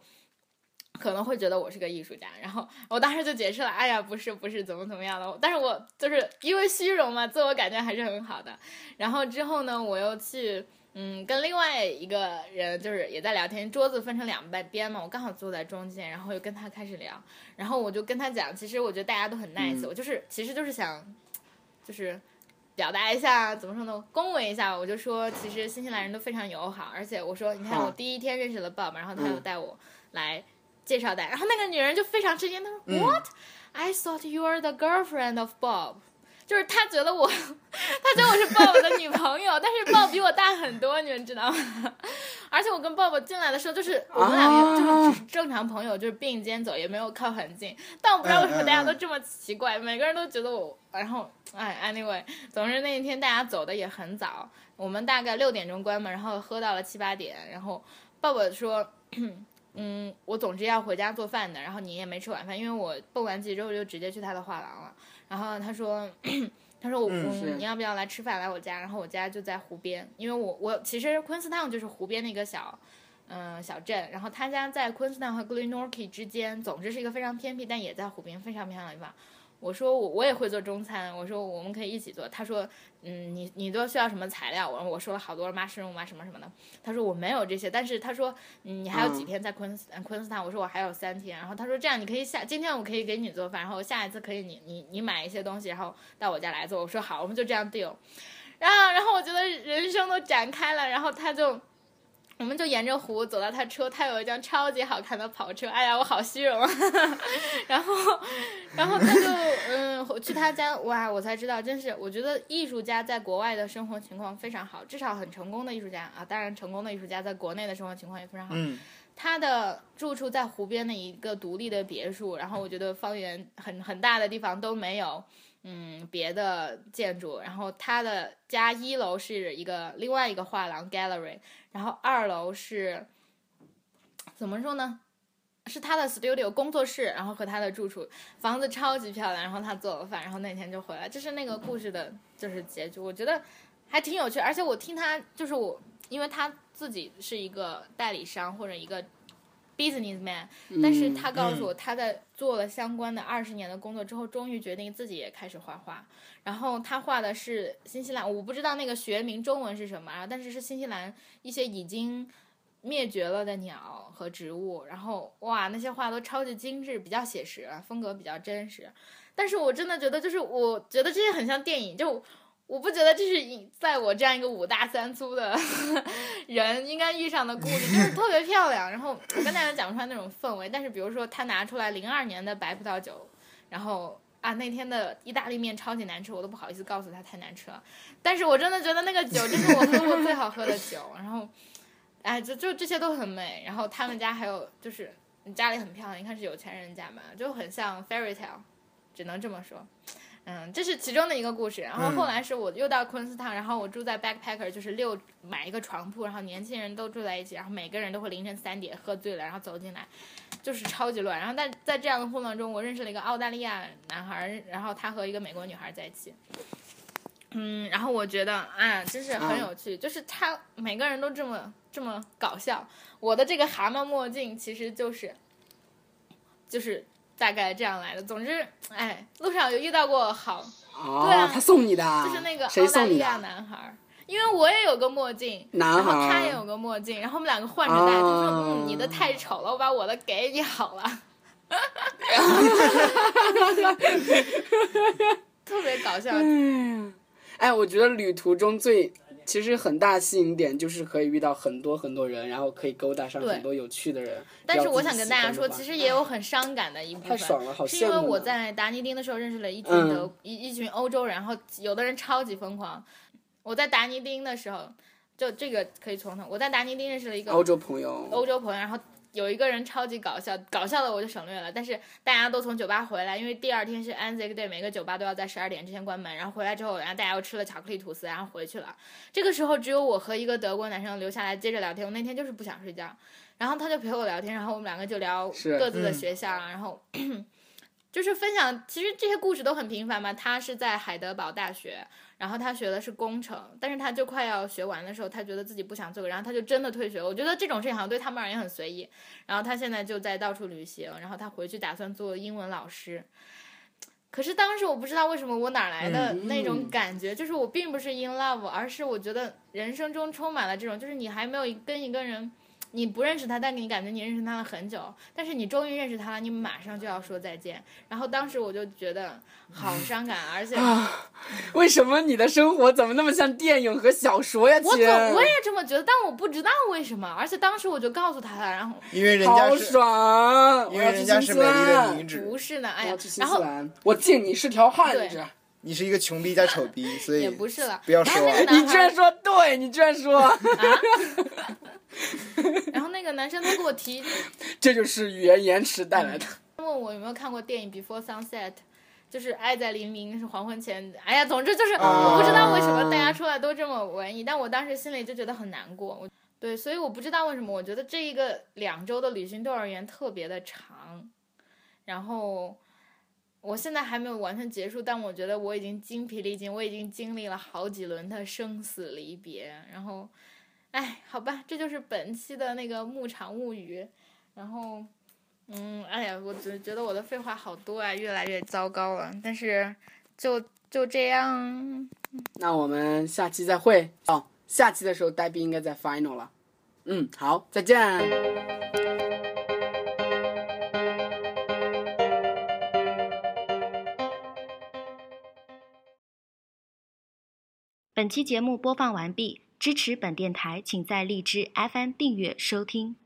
Speaker 4: 可能会觉得我是个艺术家，然后我当时就解释了，哎呀，不是不是，怎么怎么样的，但是我就是因为虚荣嘛，自我感觉还是很好的。然后之后呢，我又去嗯跟另外一个人就是也在聊天，桌子分成两半边嘛，我刚好坐在中间，然后又跟他开始聊，然后我就跟他讲，其实我觉得大家都很 nice，、我
Speaker 3: 嗯
Speaker 4: 就是其实就是想就是表达一下，怎么说呢，恭维一下。我就说，其实新西兰人都非常友好，而且我说，你看
Speaker 3: 啊
Speaker 4: 我第一天认识了 Bob，然后他
Speaker 3: 嗯
Speaker 4: 又带我来介绍大家，然后那个女人就非常吃惊，她说、
Speaker 1: 嗯
Speaker 4: What? I thought you were the girlfriend of Bob。”就是她觉得我，她觉得我 是 Bob 的女朋友，但是 Bob 比我大很多，你们知道吗？ 而且我跟 Bob 进来的时候，就是我们两个就是
Speaker 3: 啊
Speaker 4: 只是正常朋友，就是并肩走，也没有靠很近。但我不知道为什么大家都这么奇怪，每个人都觉得我，然后哎，anyway，总之那一天大家走的也很早，我们大概六点钟关门，然后喝到了七八点，然后爸爸说。嗯，我总之要回家做饭的，然后你也没吃晚饭，因为我蹦完极之后就直接去他的画廊了。然后他说， 他说我、
Speaker 1: 嗯
Speaker 3: 是
Speaker 4: 嗯、你要不要来吃饭来我家？然后我家就在湖边，因为我我其实昆士兰就是湖边的一个小嗯、小镇，然后他家在昆士兰和 Glenorchy 之间，总之是一个非常偏僻，但也在湖边非常漂亮的地方。我说我我也会做中餐，我说我们可以一起做。他说，嗯，你你都需要什么材料？我我说了好多 mushroom 啊什么什么的。他说我没有这些，但是他说、嗯你还有几
Speaker 3: 嗯
Speaker 4: 天在昆斯、呃昆斯坦？我说我还有三天。然后他说这样你可以下今天我可以给你做饭，然后下一次可以你你你买一些东西，然后到我家来做。我说好，我们就这样 deal。然后然后我觉得人生都展开了，然后他就。我们就沿着湖走到他车，他有一辆超级好看的跑车，哎呀，我好虚荣啊！ 然后，然后他就嗯我去他家，哇，我才知道，真是我觉得艺术家在国外的生活情况非常好，至少很成功的艺术家啊，当然成功的艺术家在国内的生活情况也非常好。
Speaker 1: 嗯，
Speaker 4: 他的住处在湖边的一个独立的别墅，然后我觉得方圆很很大的地方都没有，嗯，别的建筑。然后他的家一楼是一个另外一个画廊 gallery，然后二楼是怎么说呢？是他的 studio 工作室，然后和他的住处，房子超级漂亮。然后他做了饭，然后那天就回来，这是那个故事的，就是结局。我觉得还挺有趣，而且我听他就是我，因为他自己是一个代理商或者一个 businessman，但
Speaker 3: 嗯
Speaker 4: 是他告诉我，他在做了相关的二十年的工作之后，终于决定自己也开始画画。然后他画的是新西兰，我不知道那个学名中文是什么啊，但是是新西兰一些已经灭绝了的鸟和植物。然后哇，那些画都超级精致，比较写实，风格比较真实。但是我真的觉得，就是我觉得这些很像电影，就我不觉得这是一在我这样一个五大三粗的 人应该遇上的故事，就是特别漂亮。然后我跟大家讲不出来那种氛围，但是比如说他拿出来零二年的白葡萄酒，然后啊那天的意大利面超级难吃，我都不好意思告诉他太难吃了。但是我真的觉得那个酒，这是我喝过最好喝的酒。然后，哎，就就这些都很美。然后他们家还有就是你家里很漂亮，一看是有钱人家嘛，就很像 fairy tale，只能这么说。嗯，这是其中的一个故事。然后后来是我又到昆斯坦，然后我住在 backpacker，就是六买一个床铺，然后年轻人都住在一起，然后每个人都会凌晨三点喝醉了，然后走进来，就是超级乱。然后但在这样的混乱中，我认识了一个澳大利亚男孩，然后他和一个美国女孩在一起。嗯，然后我觉得啊，真是
Speaker 3: 嗯
Speaker 4: 很有趣，就是他每个人都这么这么搞笑。我的这个蛤蟆墨镜其实就是就是大概这样来的。总之，哎，路上有遇到过好
Speaker 3: 哦，
Speaker 4: 对啊
Speaker 3: 他送你的啊，
Speaker 4: 就是那个
Speaker 3: 谁
Speaker 4: 澳大
Speaker 3: 送
Speaker 4: 利
Speaker 3: 你的
Speaker 4: 亚
Speaker 3: 啊？
Speaker 4: 男孩儿，因为我也有个墨镜，
Speaker 3: 男
Speaker 4: 然后
Speaker 3: 孩儿
Speaker 4: 他也有个墨镜，然后我们两个换着戴，他说
Speaker 3: 啊
Speaker 4: 嗯，你的太丑了，我把我的给你好了。 特别搞笑，
Speaker 3: 哎，我觉得旅途中最其实很大吸引点就是可以遇到很多很多人，然后可以勾搭上
Speaker 4: 对
Speaker 3: 很多有趣的人。
Speaker 4: 但是我
Speaker 3: 比较
Speaker 4: 想
Speaker 3: 自己
Speaker 4: 跟大家
Speaker 3: 喜欢的
Speaker 4: 说，
Speaker 3: 吧
Speaker 4: 其实也有很伤感的一部分，
Speaker 3: 太爽了好
Speaker 4: 是因为
Speaker 3: 羡慕啊
Speaker 4: 我
Speaker 3: 呢
Speaker 4: 在达尼丁的时候认识了一群
Speaker 3: 嗯
Speaker 4: 德、一一群欧洲人，然后有的人超级疯狂。我在达尼丁的时候，就这个可以从头。我在达尼丁认识了一个
Speaker 3: 欧洲朋友，
Speaker 4: 欧洲朋友，然后有一个人超级搞笑，搞笑的我就省略了。但是大家都从酒吧回来，因为第二天是 Anzac Day，每个酒吧都要在十二点之前关门。然后回来之后，然后大家又吃了巧克力吐司，然后回去了。这个时候只有我和一个德国男生留下来接着聊天。我那天就是不想睡觉，然后他就陪我聊天，然后我们两个就聊
Speaker 3: 是
Speaker 4: 各自的
Speaker 1: 嗯
Speaker 4: 学校，啊然后。 就是分享，其实这些故事都很平凡嘛。他是在海德堡大学，然后他学的是工程，但是他就快要学完的时候，他觉得自己不想做，然后他就真的退学了。我觉得这种事情好像对他们而言很随意。然后他现在就在到处旅行，然后他回去打算做英文老师。可是当时我不知道为什么我哪来的
Speaker 3: 嗯
Speaker 4: 那种感觉，就是我并不是 in love，而是我觉得人生中充满了这种，就是你还没有跟一个人，你不认识他，但你感觉你认识他了很久，但是你终于认识他了，你马上就要说再见。然后当时我就觉得好伤感，而且
Speaker 3: 啊为什么你的生活怎么那么像电影和小说呀，
Speaker 4: 我
Speaker 3: 姐？
Speaker 4: 总我也这么觉得，但我不知道为什么。而且当时我就告诉他了，然后
Speaker 1: 因为人家
Speaker 3: 好
Speaker 1: 是，
Speaker 3: 爽，
Speaker 1: 因
Speaker 3: 我
Speaker 1: 为
Speaker 3: 要去
Speaker 1: 人家
Speaker 3: 新
Speaker 1: 是
Speaker 3: 西
Speaker 1: 美丽的
Speaker 3: 兰
Speaker 1: 女，子
Speaker 4: 不，是呢，
Speaker 3: 我
Speaker 4: 哎呀
Speaker 3: 要去，新
Speaker 4: 然
Speaker 3: 西
Speaker 4: 后
Speaker 3: 兰，我敬你是条汉
Speaker 4: 对
Speaker 3: 子。
Speaker 1: 你是一个穷逼加丑逼，所以
Speaker 4: 也不是了。
Speaker 1: 不要
Speaker 4: 然
Speaker 1: 说
Speaker 4: 后那
Speaker 1: 我
Speaker 4: 个男
Speaker 3: 你居
Speaker 4: 孩
Speaker 3: 然，说对，你居然说，
Speaker 4: 然后那个男生他给我提
Speaker 3: 这就是语言延迟带来的。
Speaker 4: 问我有没有看过电影《Before Sunset》，就是《爱在黎明》是黄昏前。哎呀，总之就是我不知道为什么大家出来都这么文艺，但我当时心里就觉得很难过。我对，所以我不知道为什么，我觉得这一个两周的旅行对我而言特别的长，然后。我现在还没有完全结束，但我觉得我已经精疲力尽，我已经经历了好几轮的生死离别。然后，哎，好吧，这就是本期的那个牧场物语。然后，嗯，哎呀，我只觉得我的废话好多啊，越来越糟糕了。但是就就这样，
Speaker 3: 那我们下期再会哦。下期的时候，呆逼应该在 final 了。嗯，好，再见。
Speaker 5: 本期节目播放完毕，支持本电台，请在荔枝 FM 订阅收听。